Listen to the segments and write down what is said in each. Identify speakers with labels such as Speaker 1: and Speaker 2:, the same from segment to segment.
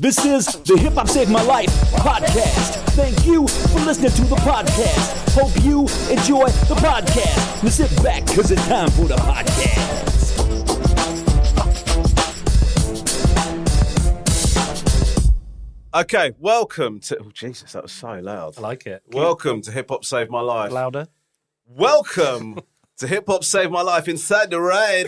Speaker 1: This is the Hip Hop Saved My Life podcast. Thank you for listening to the podcast. Hope you enjoy the podcast. Now sit back, cause it's time for the podcast.
Speaker 2: Okay, welcome to. Oh, Jesus, that was so loud. I
Speaker 3: like it.
Speaker 2: Welcome to Hip Hop Save My Life.
Speaker 3: Louder.
Speaker 2: Welcome to Hip Hop Save My Life inside the raid.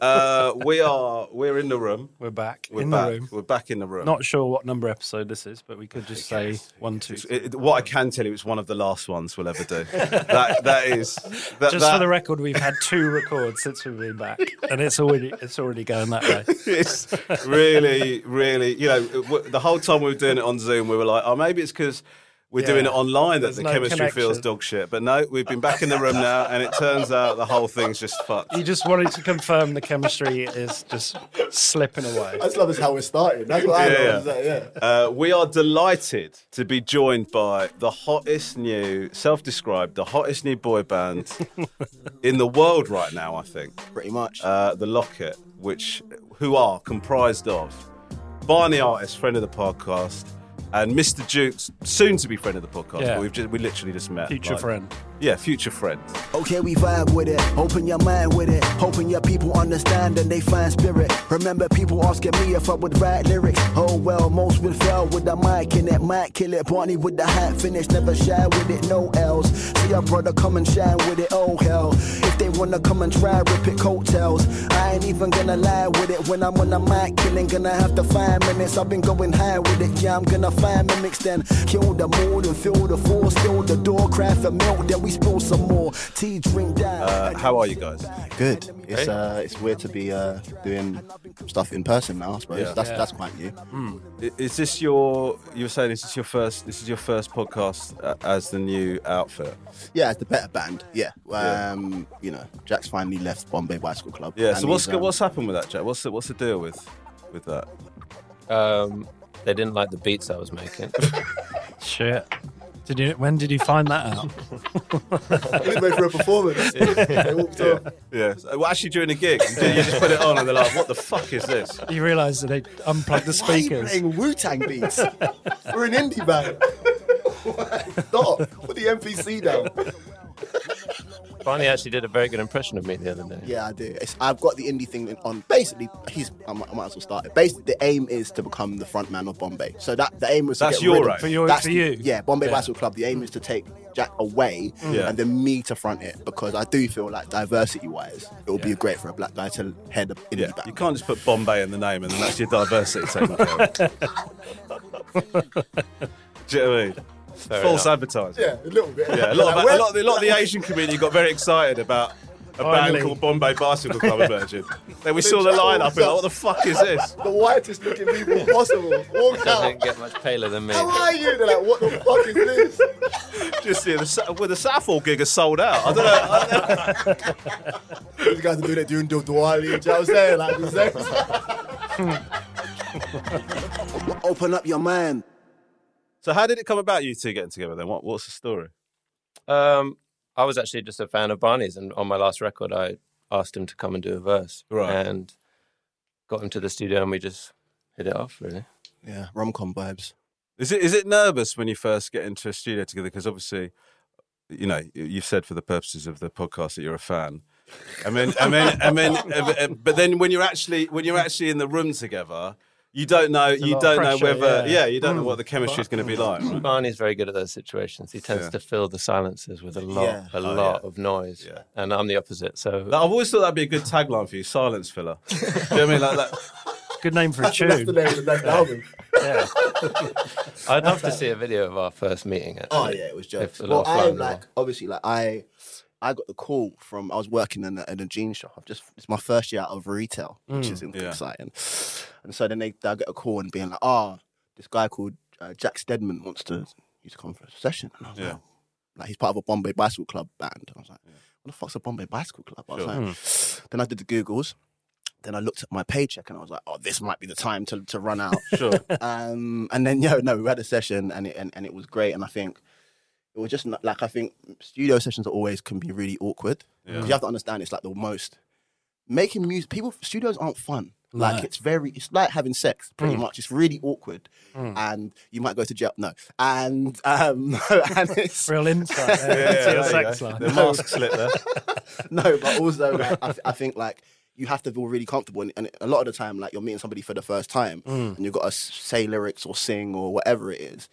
Speaker 2: Uh, we are we're in the room.
Speaker 3: We're back
Speaker 2: We're
Speaker 3: in
Speaker 2: back.
Speaker 3: the room.
Speaker 2: We're back in the room.
Speaker 3: Not sure what number episode this is, but we could just say one, two. three.
Speaker 2: It- it- what I can tell you, it's one of the last ones we'll ever do. that that is that,
Speaker 3: Just
Speaker 2: that,
Speaker 3: for the record, we've had two records since we've been back, and it's already it's already going that way.
Speaker 2: it's really, really, you know, w- the whole time we were doing it on Zoom, we were like, oh, maybe it's because we're doing it
Speaker 3: Yeah.
Speaker 2: online that
Speaker 3: There's
Speaker 2: the
Speaker 3: no
Speaker 2: chemistry feels
Speaker 3: connection.
Speaker 2: dog shit. But no, we've been back in the room now, and it turns out the whole thing's just fucked.
Speaker 3: You just wanted to confirm the chemistry is just slipping away.
Speaker 4: I just love us how we're starting. That's what I
Speaker 2: Yeah, yeah.
Speaker 4: love. is that, yeah.
Speaker 2: Uh, we are delighted to be joined by the hottest new, self described, the hottest new boy band in the world right now, I think.
Speaker 4: Pretty much.
Speaker 2: Uh, the Locket, which who are comprised of Barney Artist, friend of the podcast, and Mr. Jukes, soon to be friend of the podcast.
Speaker 3: Yeah.
Speaker 2: but We've just, we literally just met.
Speaker 3: Future
Speaker 2: like-
Speaker 3: friend.
Speaker 2: Yeah, future friend.
Speaker 5: Okay, we vibe with it. Open your mind with it. Hoping your people understand and they find spirit. Remember, people asking me if I would write lyrics. Oh well, most would fail with a mic in it. Might kill it. Barney with the hat finish. Never shy with it. No L's. See our brother come and shine with it. Oh hell. If they wanna come and try, rip it coattails. I ain't even gonna lie with it. When I'm on the mic killing, gonna have to find minutes. I've been going high with it. Yeah, I'm gonna find mimics then. Kill the mood and feel the force. Fill the door, cry for milk. Then we spill some more. Tea, drink, down.
Speaker 2: Uh, how are you guys?
Speaker 4: Good. It's uh, it's weird to be uh, doing stuff in person now. I suppose
Speaker 2: Yeah.
Speaker 4: that's that's quite new.
Speaker 2: I- Is this your? You were saying this is your first. This is your first podcast uh, as the new outfit.
Speaker 4: Yeah, it's the better band. Yeah.
Speaker 2: Yeah.
Speaker 4: Um, you know, Jack's finally left Bombay Bicycle Club.
Speaker 2: Yeah.
Speaker 4: and
Speaker 2: So what's
Speaker 4: he's, um,
Speaker 2: what's happened with that, Jack? What's the, what's the deal with with that?
Speaker 6: Um, they didn't like the beats I was making.
Speaker 3: Shit. Did you? When did you find that out?
Speaker 4: we went for a performance. they walked off.
Speaker 2: Yeah. So- Well, actually, during the gig, you you just put it on, and they're like, "What the fuck is this?"
Speaker 3: You realised that they unplugged the
Speaker 4: Why are you
Speaker 3: speakers.
Speaker 4: playing Wu Tang beats? We're an indie band. Stop. Put the MPC down.
Speaker 6: Barney actually did a very good impression of me the other day.
Speaker 4: Yeah, I do. It's, I've got the indie thing on. Basically, he's. I might, I might as well start it. Basically, the aim is to become the front man of Bombay. So that the aim was.
Speaker 2: That's
Speaker 4: to get
Speaker 2: your
Speaker 4: rid
Speaker 2: aim.
Speaker 4: Of,
Speaker 2: For
Speaker 3: your-
Speaker 4: that's
Speaker 3: for
Speaker 4: the-
Speaker 3: you.
Speaker 4: Yeah, Bombay
Speaker 3: Yeah.
Speaker 4: Bicycle Club. The aim is to take Jack away
Speaker 2: Yeah.
Speaker 4: and then me to front it because I do feel like diversity-wise, it would be great for a black guy to head an indie
Speaker 2: Yeah.
Speaker 4: band.
Speaker 2: You can't just put Bombay in the name, and then that's your diversity take. Do you know what I mean?
Speaker 6: Fair
Speaker 2: False
Speaker 6: enough.
Speaker 2: advertising.
Speaker 4: Yeah, a little bit.
Speaker 2: Yeah, a lot, of, a, lot of, the- a lot of the Asian community got very excited about a band
Speaker 3: Finally.
Speaker 2: called Bombay Bicycle Club emerging. Then we saw the lineup and like, what the fuck is this?
Speaker 4: the whitest looking people possible walked
Speaker 2: Oh.
Speaker 6: Doesn't get much paler than me.
Speaker 4: you? They're like, what the fuck is this?
Speaker 2: Just yeah, the, Sa- well, the Southall gig is sold out. I don't know. I don't know.
Speaker 4: These guys are doing it during Diwali. Do you know what I'm saying? Like, the same-
Speaker 5: Open up your mind.
Speaker 2: So how did it come about? You two getting together then? What, what's the story?
Speaker 6: Um, I was actually just a fan of Barney's, and on my last record, I asked him to come and do a verse,
Speaker 2: Right.
Speaker 6: and got him to the studio, and we just hit it off. Really,
Speaker 4: yeah, rom com vibes.
Speaker 2: Is it is it nervous when you first get into a studio together? Because obviously, you know, you- you've said for the purposes of the podcast that you're a fan. I mean, I mean, I mean, uh, uh, but then when you're actually when you're actually in the room together, you don't know,
Speaker 3: a
Speaker 2: you
Speaker 3: lot of
Speaker 2: don't know
Speaker 3: pressure,
Speaker 2: whether, yeah,
Speaker 3: yeah. Mm.
Speaker 2: you don't know what the chemistry is going to be like. Right?
Speaker 6: Barney's very good at those situations. He tends
Speaker 2: Yeah.
Speaker 6: to fill the silences with a lot,
Speaker 4: Yeah.
Speaker 6: a
Speaker 2: Oh,
Speaker 6: lot
Speaker 2: yeah.
Speaker 6: of noise,
Speaker 2: Yeah.
Speaker 6: and I'm the opposite. So
Speaker 2: Like, I've always thought that'd be a good tagline for you, silence filler. Do you know what I mean? Like that.
Speaker 3: Good name for a
Speaker 4: That's the
Speaker 3: tune.
Speaker 4: name of the next album.
Speaker 3: Yeah.
Speaker 6: I'd love to see a video of our first meeting. Actually.
Speaker 4: Oh yeah, it was jokes.
Speaker 6: If the
Speaker 4: Well,
Speaker 6: last
Speaker 4: I'm
Speaker 6: line
Speaker 4: like obviously like I I got the call from I was working in a, in a jean shop. I've just it's my first year out of retail,
Speaker 6: Hmm.
Speaker 4: which is
Speaker 2: yeah.
Speaker 4: exciting. And so then they I get a call and being like, "Ah, this guy called uh, Jack Stedman wants to you to come for a session." And I was
Speaker 2: Yeah.
Speaker 4: like, like he's part of a Bombay Bicycle Club band. I was like, "What the fuck's a Bombay Bicycle Club?" I was
Speaker 2: Sure.
Speaker 4: like,
Speaker 6: Hmm.
Speaker 4: then I did the Googles. Then I looked at my paycheck and I was like, "Oh, this might be the time to to run out."
Speaker 2: Sure.
Speaker 4: um, and then yeah, no, we had a session and it and, and it was great. And I think it was just not, like I think studio sessions are always can be really awkward. 'Cause
Speaker 2: Yeah.
Speaker 4: You have to understand it's like the most making music. People studios aren't fun. Like it's very, it's like having sex pretty
Speaker 2: Mm.
Speaker 4: much. It's really awkward, and you might go to jail. No, and um, and it's
Speaker 3: Real insight. there
Speaker 2: Yeah,
Speaker 3: into your
Speaker 2: there you
Speaker 3: sex
Speaker 2: go.
Speaker 3: life.
Speaker 2: The mask slip there.
Speaker 4: no, but also like, I, th- I think like you have to feel really comfortable, and, and a lot of the time, like you're meeting somebody for the first time,
Speaker 2: Mm.
Speaker 4: and you've got to say lyrics or sing or whatever it is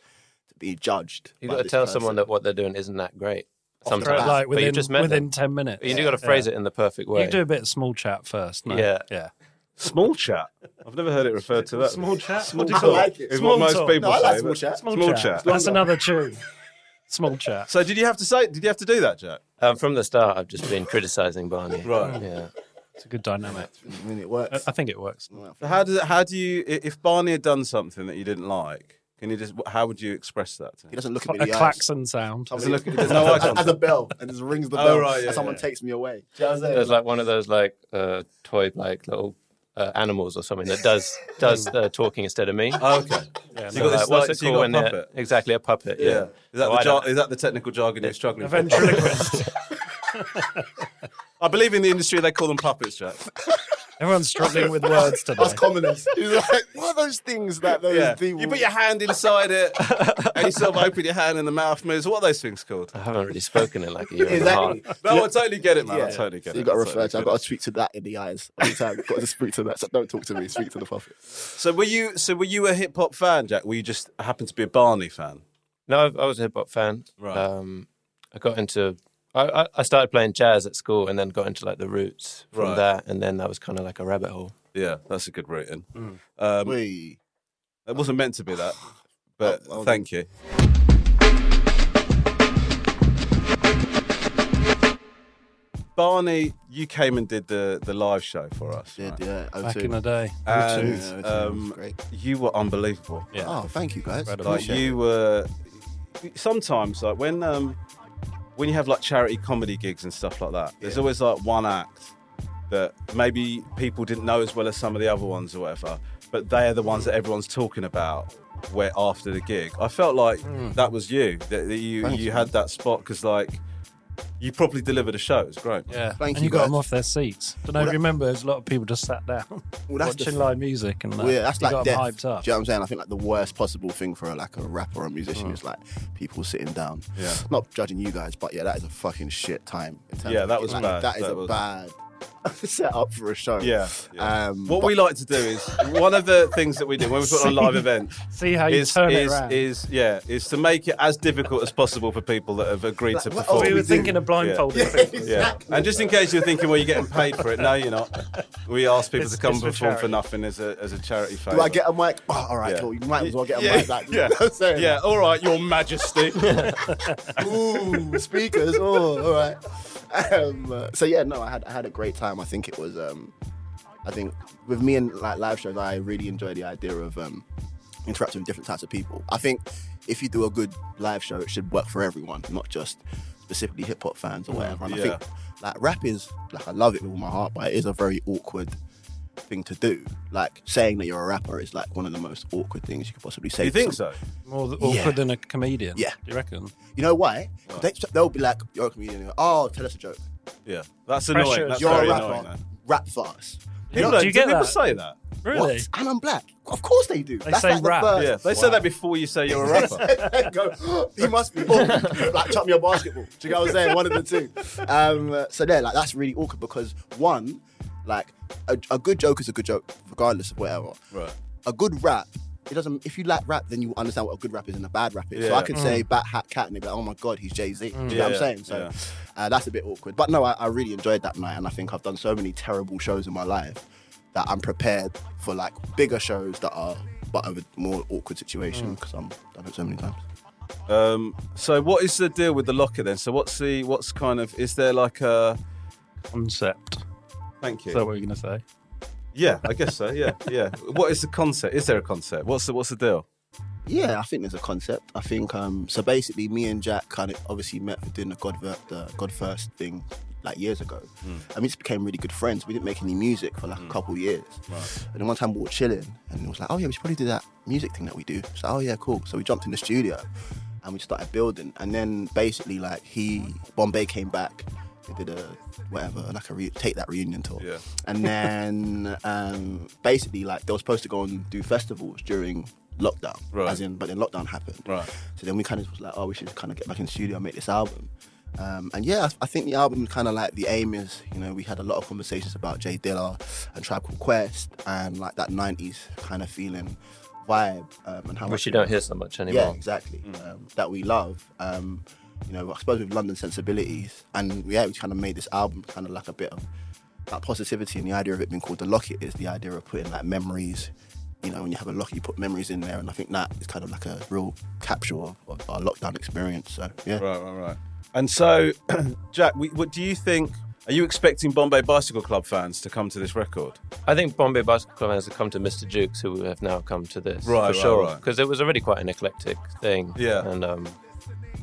Speaker 4: to be judged.
Speaker 6: You
Speaker 4: by
Speaker 6: got to
Speaker 4: this
Speaker 6: tell
Speaker 4: person.
Speaker 6: someone that what they're doing isn't that great.
Speaker 3: Right,
Speaker 6: Sometimes,
Speaker 3: like
Speaker 6: but
Speaker 3: within,
Speaker 6: you just met
Speaker 3: within
Speaker 6: them.
Speaker 3: 10 minutes.
Speaker 6: You do got to phrase it in the perfect way.
Speaker 3: You do a bit of small chat first. No?
Speaker 6: Yeah.
Speaker 3: Yeah.
Speaker 2: Small chat. I've never heard it referred to that.
Speaker 3: Small chat?
Speaker 2: Small
Speaker 3: I
Speaker 2: talk.
Speaker 4: like it.
Speaker 2: Is
Speaker 3: Small
Speaker 2: what
Speaker 3: talk.
Speaker 2: most people
Speaker 4: No, I like
Speaker 2: say.
Speaker 4: small
Speaker 2: but-
Speaker 4: chat.
Speaker 2: Small, chat.
Speaker 3: That's another tune. Small chat.
Speaker 2: So did you have to say? Did you have to do that, Jack?
Speaker 6: Um, from the start, I've just been criticizing Barney.
Speaker 2: Right.
Speaker 6: Yeah.
Speaker 3: It's a good dynamic.
Speaker 4: I mean, it
Speaker 3: I,
Speaker 4: works.
Speaker 3: I think it works.
Speaker 2: So how does it? How do you? i- If Barney had done something that you didn't like, can you just? How would you express that? To
Speaker 4: He
Speaker 2: him?
Speaker 4: doesn't look at me.
Speaker 3: A
Speaker 4: in the eyes.
Speaker 3: klaxon sound.
Speaker 4: Somebody-
Speaker 2: Doesn't look- there's no eye
Speaker 4: Has a
Speaker 2: contact.
Speaker 4: bell and just rings the
Speaker 2: Oh,
Speaker 4: bell.
Speaker 2: right, yeah,
Speaker 4: and someone
Speaker 2: yeah.
Speaker 4: takes me away.
Speaker 6: There's like one of those like uh, toy like little uh, animals or something that does does the talking instead of me.
Speaker 2: Oh, okay. Yeah, you
Speaker 6: So,
Speaker 2: got this
Speaker 6: like, what's
Speaker 2: like,
Speaker 6: it
Speaker 2: so you
Speaker 6: called
Speaker 2: got
Speaker 6: when
Speaker 2: Hmm. a
Speaker 6: they're-
Speaker 2: puppet.
Speaker 6: exactly a puppet? Yeah.
Speaker 2: Yeah. Is that,
Speaker 6: Oh,
Speaker 2: the
Speaker 6: I
Speaker 2: jar
Speaker 6: don't-
Speaker 2: is that the technical jargon you're struggling with?
Speaker 3: Ventriloquist.
Speaker 2: I believe in the industry they call them puppets, Jack.
Speaker 3: Everyone's struggling with words today.
Speaker 4: Us commoners. He's like, what are those things that those
Speaker 2: Yeah.
Speaker 4: people?
Speaker 2: You put your hand inside it and you sort of open your hand and the mouth moves. What are those things called?
Speaker 6: I haven't really spoken in like a year
Speaker 4: Exactly.
Speaker 6: and a half.
Speaker 2: No, I totally get it, man. I
Speaker 4: Yeah.
Speaker 2: totally get
Speaker 4: So
Speaker 2: it.
Speaker 4: you got to
Speaker 2: I
Speaker 4: refer
Speaker 2: totally
Speaker 4: to. I've
Speaker 2: get
Speaker 4: got
Speaker 2: it.
Speaker 4: to speak to that in the eyes. Every time. Got to speak to that. So don't talk to me. Speak to the puppet.
Speaker 2: So were you? So were you a hip hop fan, Jack? Were you just happened to be a Barney fan?
Speaker 6: No, I I was a hip hop fan.
Speaker 2: Right.
Speaker 6: Um, I got into. I, I- I started playing jazz at school and then got into like the roots from
Speaker 2: Right.
Speaker 6: that, and then that was kind of like a rabbit hole.
Speaker 2: Yeah, that's a good rating. Um,
Speaker 4: Wait.
Speaker 2: it wasn't meant to be that, but
Speaker 4: Oh, well
Speaker 2: thank you. Barney, you came and did the, the live show for us.
Speaker 4: Yeah,
Speaker 2: right?
Speaker 4: yeah. oh O2.
Speaker 3: Back in the day.
Speaker 4: Uh,
Speaker 2: And
Speaker 4: O2, oh that was
Speaker 2: um,
Speaker 4: great.
Speaker 2: you were unbelievable.
Speaker 3: Yeah.
Speaker 4: Oh, thank you guys.
Speaker 2: Like
Speaker 4: Appreciate it.
Speaker 2: you were sometimes like when um when you have like charity comedy gigs and stuff like that, there's always like one act that maybe people didn't know as well as some of the other ones or whatever, but they are the ones that everyone's talking about where after the gig. I felt like that was you that, that you
Speaker 4: Hmm. Thank
Speaker 2: you
Speaker 4: you.
Speaker 2: had that spot because like you properly delivered a show. It was great.
Speaker 3: Yeah. and
Speaker 4: Thank you,
Speaker 3: you got
Speaker 4: guys.
Speaker 3: them off their seats. Don't know if
Speaker 4: that-
Speaker 3: you remember, there's a lot of people just sat down
Speaker 4: Well, that's the
Speaker 3: watching
Speaker 4: f-
Speaker 3: live music and that.
Speaker 4: Well, yeah, that's
Speaker 3: you
Speaker 4: like
Speaker 3: got
Speaker 4: death.
Speaker 3: them hyped up.
Speaker 4: Do you know what I'm saying? I think like the worst possible thing for a, like a rapper or a musician
Speaker 3: Mm.
Speaker 4: is like people sitting down.
Speaker 2: Yeah.
Speaker 4: Not judging you guys, but yeah, that is a fucking shit time. In terms
Speaker 2: Yeah,
Speaker 4: of,
Speaker 2: that was
Speaker 4: like,
Speaker 2: bad.
Speaker 4: That is
Speaker 2: That
Speaker 4: a
Speaker 2: was-
Speaker 4: bad setup for a show.
Speaker 2: Yeah. yeah.
Speaker 4: Um,
Speaker 2: what
Speaker 4: but-
Speaker 2: we like to do is one of the things that we do when we've got a live event.
Speaker 3: See how you
Speaker 2: Is,
Speaker 3: turn
Speaker 2: is,
Speaker 3: it around.
Speaker 2: is yeah is to make it as difficult as possible for people that have agreed to
Speaker 4: what
Speaker 2: perform.
Speaker 4: else
Speaker 3: we
Speaker 4: we
Speaker 3: were
Speaker 4: do.
Speaker 3: thinking of blindfolding people.
Speaker 2: Yeah. And just in case you're thinking, well, you're getting paid for it. No, you're not. We ask people
Speaker 3: It's-
Speaker 2: to come
Speaker 3: it's for
Speaker 2: and perform for
Speaker 3: charity.
Speaker 2: nothing as a, as a charity favour.
Speaker 4: Do I get a mic? Oh, all right,
Speaker 2: Yeah.
Speaker 4: cool. You might as well get a
Speaker 2: yeah,
Speaker 4: mic. Like,
Speaker 2: yeah.
Speaker 4: you know what I'm saying?
Speaker 2: Yeah, all right, Your Majesty.
Speaker 4: Ooh, speakers. Oh, all right. Um, uh, so yeah, no, I had I had a great time. I think it was. Um, I think with me and like live shows, I really enjoy the idea of um, interacting with different types of people. I think if you do a good live show, it should work for everyone, not just specifically hip hop fans or
Speaker 2: Mm,
Speaker 4: whatever. And I think like rap is like I love it with all my heart, but it is a very awkward thing to do. Like saying that you're a rapper is like one of the most awkward things you could possibly say.
Speaker 2: you
Speaker 4: to
Speaker 2: think
Speaker 4: someone.
Speaker 2: so?
Speaker 3: More th-
Speaker 4: Yeah.
Speaker 3: awkward than a comedian.
Speaker 4: Yeah.
Speaker 3: Do you reckon?
Speaker 4: You know why? 'Cause They, they'll be like, "You're a comedian." and go, Oh, tell us a joke.
Speaker 2: Yeah. That's
Speaker 3: Pressure
Speaker 2: annoying.
Speaker 3: is
Speaker 2: That's
Speaker 4: You're
Speaker 2: very
Speaker 4: a rapper.
Speaker 2: annoying. though.
Speaker 4: Rap for us.
Speaker 2: People,
Speaker 3: do
Speaker 2: do
Speaker 3: you get
Speaker 2: people
Speaker 3: that?
Speaker 2: say that?
Speaker 3: Really?
Speaker 4: What? And I'm black. Of course they do. They
Speaker 3: say
Speaker 4: like the
Speaker 3: rap.
Speaker 4: first-
Speaker 2: Yeah. They say that before you say you're a rapper.
Speaker 4: They go, he must be born. like chuck me a basketball. Do you know what I'm saying? One of the two. Um, uh, so there, like that's really awkward because one, like a, a good joke is a good joke regardless of whatever.
Speaker 2: Right.
Speaker 4: A good rap. It doesn't. If you like rap, then you understand what a good rap is and a bad rap is. So
Speaker 2: Yeah.
Speaker 4: I
Speaker 3: Mm.
Speaker 4: can say bat hat cat and they go, "Oh my god, he's Jay Z." Do you know what
Speaker 2: Yeah,
Speaker 4: I'm saying? So
Speaker 2: yeah.
Speaker 4: uh, that's a bit awkward. But no, I, I really enjoyed that night, and I think I've done so many terrible shows in my life that I'm prepared for like bigger shows that are but of a more awkward situation because I'm done it so many times.
Speaker 2: Um, so what is the deal with the locker then? So what's the what's kind of is there like a
Speaker 3: Concept.
Speaker 2: thank you?
Speaker 3: Is that what you're going to say?
Speaker 2: yeah, I guess so. Yeah, yeah. what is the concept? Is there a concept? What's the what's the deal?
Speaker 4: Yeah, I think there's a concept. I think um so basically me and Jack kind of obviously met for doing the God Ver- the God First thing like years ago. And we just became really good friends. We didn't make any music for like a couple years. And then one time we were chilling and it was like, Oh yeah, we should probably do that music thing that we do. So oh yeah, cool. So we jumped in the studio and we started building. And then basically like he Bombay came back, they did a whatever, like a re- take that reunion tour.
Speaker 2: Yeah.
Speaker 4: And then um, basically, like they were supposed to go and do festivals during lockdown,
Speaker 2: Right.
Speaker 4: as in, but then lockdown happened.
Speaker 2: Right.
Speaker 4: So then we kind of was like, oh, we should kind of get back in the studio and make this album. Um, and yeah, I- I think the album kind of like the aim is, you know, we had a lot of conversations about Jay Dilla and Tribe Called Quest and like that 90s kind of feeling vibe um, and how
Speaker 6: Which
Speaker 4: much
Speaker 6: you don't hear so much
Speaker 4: yeah,
Speaker 6: anymore.
Speaker 4: exactly.
Speaker 2: Mm.
Speaker 4: Um, that we love. Um, you know, I suppose with London sensibilities, and yeah, we kind of made this album kind of like a bit of that positivity, and the idea of it being called the locket is the idea of putting like memories. You know, when you have a locket, you put memories in there, and I think that is kind of like a real capture of, of our lockdown experience. So yeah,
Speaker 2: Right, right, right. And so, Jack, we, what do you think? Are you expecting Bombay Bicycle Club fans to come to this record?
Speaker 6: I think Bombay Bicycle Club has come to Mr. Jukes, who have now come to this
Speaker 2: Right,
Speaker 6: for
Speaker 2: right,
Speaker 6: sure,
Speaker 2: right.
Speaker 6: because it was already quite an eclectic thing.
Speaker 2: Yeah.
Speaker 6: and um,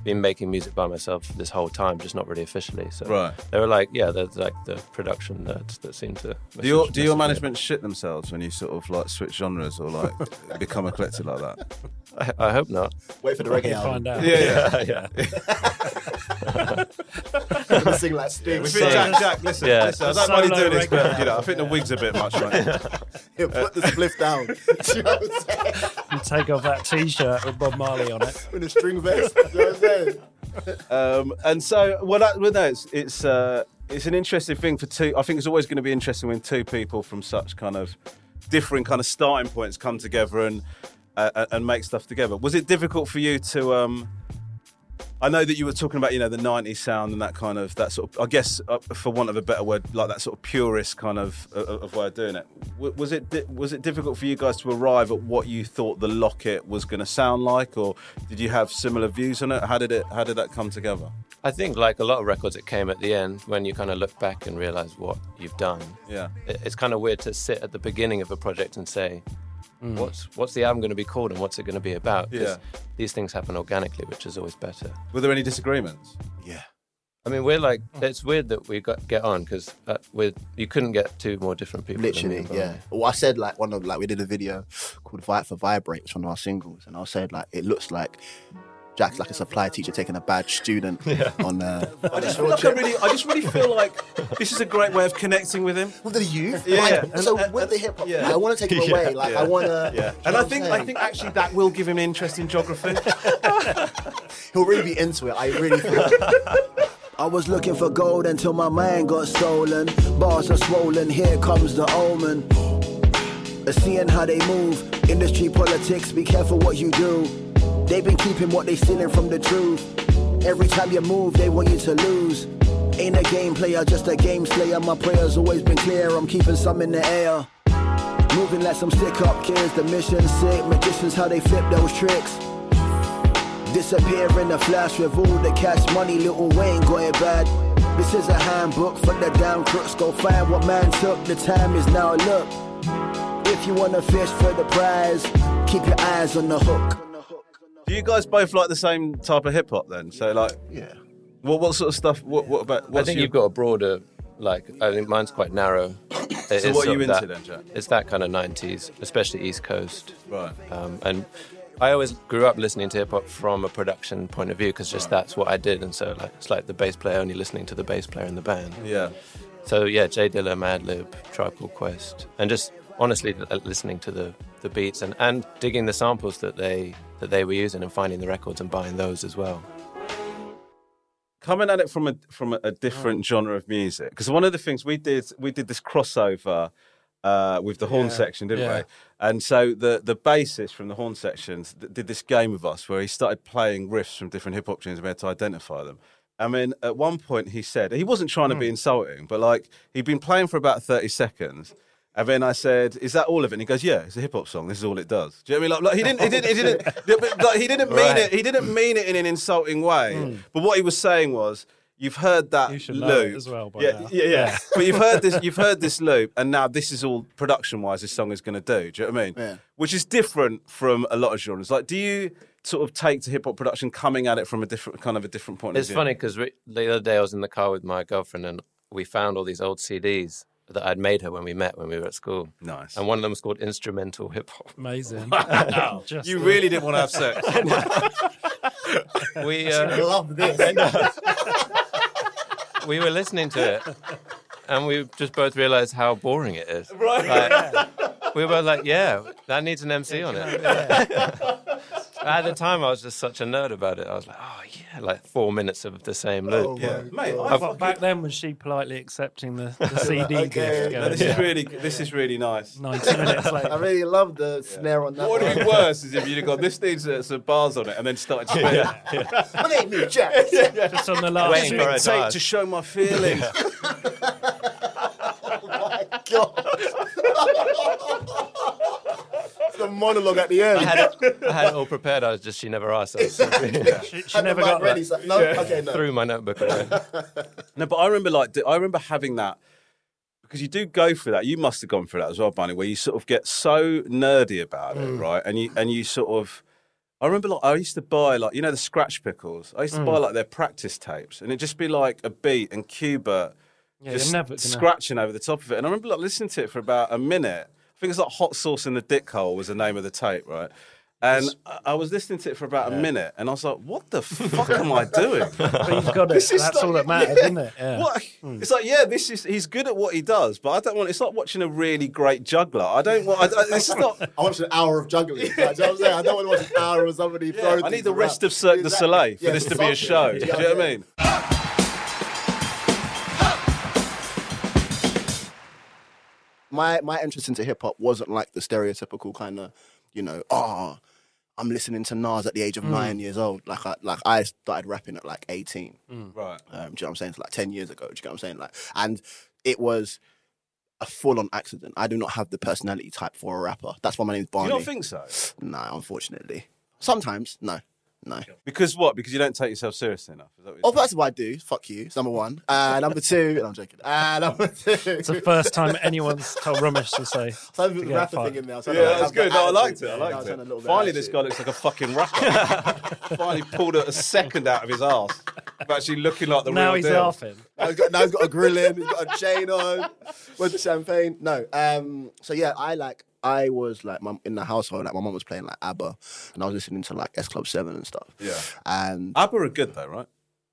Speaker 6: been making music by myself this whole time, just not really officially. So
Speaker 2: Right.
Speaker 6: they were like, yeah, they're like the production nerds that seem to.
Speaker 2: Do your,
Speaker 6: message-
Speaker 2: do your
Speaker 6: message me.
Speaker 2: management shit themselves when you sort of like switch genres or like become eclectic like that?
Speaker 6: I, I hope not.
Speaker 4: wait for the reggae album.
Speaker 3: Find out.
Speaker 2: Yeah,
Speaker 6: yeah.
Speaker 4: Sing like Sting.
Speaker 2: yeah. Jack, Jack, listen,
Speaker 6: Yeah.
Speaker 2: listen. I don't mind you
Speaker 3: Solo
Speaker 2: doing this, but
Speaker 3: regular.
Speaker 2: you know, I think the wig's a bit much, right?
Speaker 4: Put the spliff down. Do you know what I'm saying?
Speaker 3: You take off that T-shirt with Bob Marley on it.
Speaker 4: With a string vest. Do you know what I'm saying?
Speaker 2: Um, and so, well, that, well no, it's it's, uh, it's an interesting thing for two. I think it's always going to be interesting when two people from such kind of different kind of starting points come together and uh, and make stuff together. Was it difficult for you to? Um, I know that you were talking about you know the '90s sound and that kind of that sort of. I guess uh, for want of a better word, like that sort of purist kind of uh, of way of doing it. W- was it di- was it difficult for you guys to arrive at what you thought the locket was going to sound like, or did you have similar views on it? How did it How did that come together?
Speaker 6: I think like a lot of records, it came at the end when you kind of look back and realize what you've done.
Speaker 2: Yeah.
Speaker 6: it- it's kind of weird to sit at the beginning of a project and say, "What's what's the album going to be called and what's it going to be about?" 'Cause
Speaker 2: Yeah.
Speaker 6: these things happen organically, which is always better.
Speaker 2: Were there any disagreements?
Speaker 4: Yeah.
Speaker 6: I mean, we're like,
Speaker 3: Hmm.
Speaker 6: it's weird that we got get on because uh, we you couldn't get two more different people. than
Speaker 4: Literally,
Speaker 6: me,
Speaker 4: yeah. Well, I said like one of like we did a video called "Fight for Vibrate" it's one of our singles, and I said like it looks like Jack's like a supply teacher taking a bad student on. Uh,
Speaker 2: I just feel like I really, I just really feel like this is a great way of connecting with him.
Speaker 4: with the youth,
Speaker 2: Yeah,
Speaker 4: Like,
Speaker 2: yeah.
Speaker 4: so
Speaker 2: And-
Speaker 4: with the hip hop,
Speaker 2: yeah.
Speaker 4: I want to take it away. like I want to.
Speaker 2: And I think, I think actually that will give him interest in geography.
Speaker 4: he'll really be into it. I really feel.
Speaker 5: I was looking for gold until my mind got stolen. Bars are swollen, here comes the omen. Seeing how they move, industry politics, be careful what you do. They've been keeping what they stealing from the truth. Every time you move, they want you to lose. Ain't a game player, just a game slayer. My prayer's always been clear, I'm keeping some in the air. Moving like some stick up kids, the mission sick. Magicians, how they flip those tricks. Disappear in a flash with all the cash money, little Wayne going bad. This is a handbook for the damn crooks. Go find what man took. The time is now. Look, if you wanna fish for the prize, keep your eyes on the hook.
Speaker 2: Do you guys both like the same type of hip hop then? So like,
Speaker 4: Yeah.
Speaker 2: what what sort of stuff? What what about?
Speaker 6: I
Speaker 2: What's
Speaker 6: think
Speaker 2: your-
Speaker 6: you've got a broader, like, I think mine's quite narrow. so
Speaker 2: what are you into then, Jack?
Speaker 6: It's that kind of '90s, especially East Coast.
Speaker 2: right.
Speaker 6: Um, and I always grew up listening to hip hop from a production point of view because just that's what I did. And so like it's like the bass player only listening to the bass player in the band.
Speaker 2: Yeah.
Speaker 6: So yeah, Jay Dilla, Madlib, Tribe Called Quest, and just honestly uh, listening to the, the beats and, and digging the samples that they that they were using and finding the records and buying those as well.
Speaker 2: coming at it from a from a, a different genre of music because one of the things we did we did this crossover uh, with the horn section, didn't
Speaker 3: Yeah.
Speaker 2: we? And so the the bassist from the horn sections th- did this game with us where he started playing riffs from different hip hop tunes and we had to identify them. I mean, at
Speaker 3: Hmm.
Speaker 2: one point he said he wasn't trying to be insulting, but like he'd been playing for about thirty seconds, And then I said, "Is that all of it?" And he goes, "Yeah, it's a hip hop song. This is all it does." Do you know what I mean? Like, like he didn't, he didn't, he didn't, yeah, but, like, he didn't mean
Speaker 3: Right. Hmm.
Speaker 2: it. He didn't mean it in an insulting way. But what he was saying was, "You've heard that
Speaker 3: You should
Speaker 2: loop
Speaker 3: know it as well by
Speaker 2: yeah,
Speaker 3: now.
Speaker 2: yeah, yeah. but you've heard this, you've heard this loop, and now this is all production-wise. This song is going to do. Do you know what I mean?
Speaker 4: Yeah.
Speaker 2: Which is different from a lot of genres. Like, do you sort of take to hip hop production coming at it from a different kind of a different point
Speaker 6: It's
Speaker 2: of view?
Speaker 6: funny because the other day I was in the car with my girlfriend and we found all these old CDs that I'd made her when we met when we were at school.
Speaker 2: Nice.
Speaker 6: And one of them was called Instrumental Hip Hop.
Speaker 3: Amazing. Just
Speaker 2: You
Speaker 3: the-
Speaker 2: really didn't want to have sex.
Speaker 6: We uh,
Speaker 4: love this.
Speaker 6: we were listening to it and we just both realized how boring it is. Right. we were like, yeah, that needs an MC on it. At the time, I was just such a nerd about it. I was like, oh, yeah, like four minutes of the same loop.
Speaker 2: yeah, mate. I
Speaker 3: Well,
Speaker 2: fucking-
Speaker 3: back then, was she politely accepting the, the CD gift?
Speaker 2: No,
Speaker 3: Going,
Speaker 2: this is really, this is really nice.
Speaker 3: 90 minutes
Speaker 4: I
Speaker 3: later.
Speaker 4: really love the snare on that.
Speaker 2: What would
Speaker 4: one.
Speaker 2: be worse is if you'd have gone, this needs uh, some bars on it, and then started to play it.
Speaker 4: My name is Jack.
Speaker 3: Just on the last
Speaker 6: Waiting for
Speaker 3: minute.
Speaker 6: it.
Speaker 2: Take to show my feelings.
Speaker 4: God. It's the monologue at the
Speaker 6: I
Speaker 4: end.
Speaker 6: had, it, I had it all prepared. I was just, she never asked. I was
Speaker 3: She, she
Speaker 4: Had the
Speaker 3: never
Speaker 4: mic
Speaker 3: got
Speaker 4: ready.
Speaker 3: that.
Speaker 4: so- no, okay, no.
Speaker 6: threw my notebook away.
Speaker 2: No, but I remember like I remember having that because you do go through that. You must have gone through that as well, Barney, where you sort of get so nerdy about
Speaker 3: Mm.
Speaker 2: it, right? And you and you sort of. I remember like I used to buy like you know the scratch pickles. I used to buy
Speaker 3: Mm.
Speaker 2: like their practice tapes, and it'd just be like a beat and Cuba
Speaker 3: you're
Speaker 2: just
Speaker 3: never gonna-
Speaker 2: scratching over the top of it. And I remember like listening to it for about a minute. I think it's like "Hot Sauce in the Dick Hole" was the name of the tape, right? And I I was listening to it for about a minute, and I was like, "What the fuck am I doing?"
Speaker 3: But you've got it.
Speaker 4: This is
Speaker 3: That's
Speaker 4: like-
Speaker 3: all that mattered,
Speaker 4: yeah.
Speaker 3: isn't it? Yeah. Hmm.
Speaker 2: What? It's like, yeah, this is he's good at what he does, but I don't want. It's like watching a really great juggler. I don't want. I, I, this is not.
Speaker 4: I watched an hour of juggling. Like, do you know what I'm saying? I don't want to watch an hour of somebody throwing
Speaker 2: I need
Speaker 4: things
Speaker 2: the
Speaker 4: around.
Speaker 2: rest of Cirque du
Speaker 4: Exactly.
Speaker 2: Soleil for
Speaker 4: Yeah,
Speaker 2: this to be
Speaker 4: something.
Speaker 2: a show. Do
Speaker 4: Yeah,
Speaker 2: you know what
Speaker 4: yeah.
Speaker 2: I mean?
Speaker 4: my my entrance into hip hop wasn't like the stereotypical kind of, you know, ah, I'm listening to Nas at the
Speaker 2: Mm.
Speaker 4: age of nine years old. Like I like I started rapping at like eighteen.
Speaker 3: Hmm.
Speaker 2: Right.
Speaker 4: Um, do you know what I'm saying? It's like ten years ago. Do you get what I'm saying? Like, and it was a full on accident. I do not have the personality type for a rapper. That's why my name's
Speaker 2: You
Speaker 4: Barney.
Speaker 2: don't think so?
Speaker 4: No, unfortunately. Sometimes, no, no.
Speaker 2: Because what? Because you don't take yourself seriously enough. Is that what
Speaker 4: Oh,
Speaker 2: you're
Speaker 4: that's what I do. Fuck you. It's number one. Uh, number two. No, I'm joking. Uh, number two.
Speaker 3: It's the first time anyone's told Ramesh to say.
Speaker 4: So I've got the
Speaker 3: get
Speaker 4: rapper
Speaker 3: fired.
Speaker 4: thing in there. I was trying to,
Speaker 2: saying? yeah,
Speaker 4: like,
Speaker 2: that's
Speaker 4: have
Speaker 2: good. No, I
Speaker 4: attitude.
Speaker 2: liked it. I
Speaker 4: Yeah,
Speaker 2: liked
Speaker 4: was trying to
Speaker 2: it.
Speaker 4: little bit
Speaker 2: Finally, this
Speaker 4: attitude.
Speaker 2: guy looks like a fucking rapper. Finally, pulled a second out of his ass of actually looking like the
Speaker 3: Now
Speaker 2: real
Speaker 3: he's
Speaker 2: deal.
Speaker 3: laughing.
Speaker 4: Now he's got, now he's got a grill in. He's got a chain on. With the champagne. No. Um. So yeah, I like. I was like my, in the household. Like my mom was playing like ABBA, and I was listening to like S Club Seven and stuff.
Speaker 2: Yeah.
Speaker 4: And
Speaker 2: ABBA are good though, right?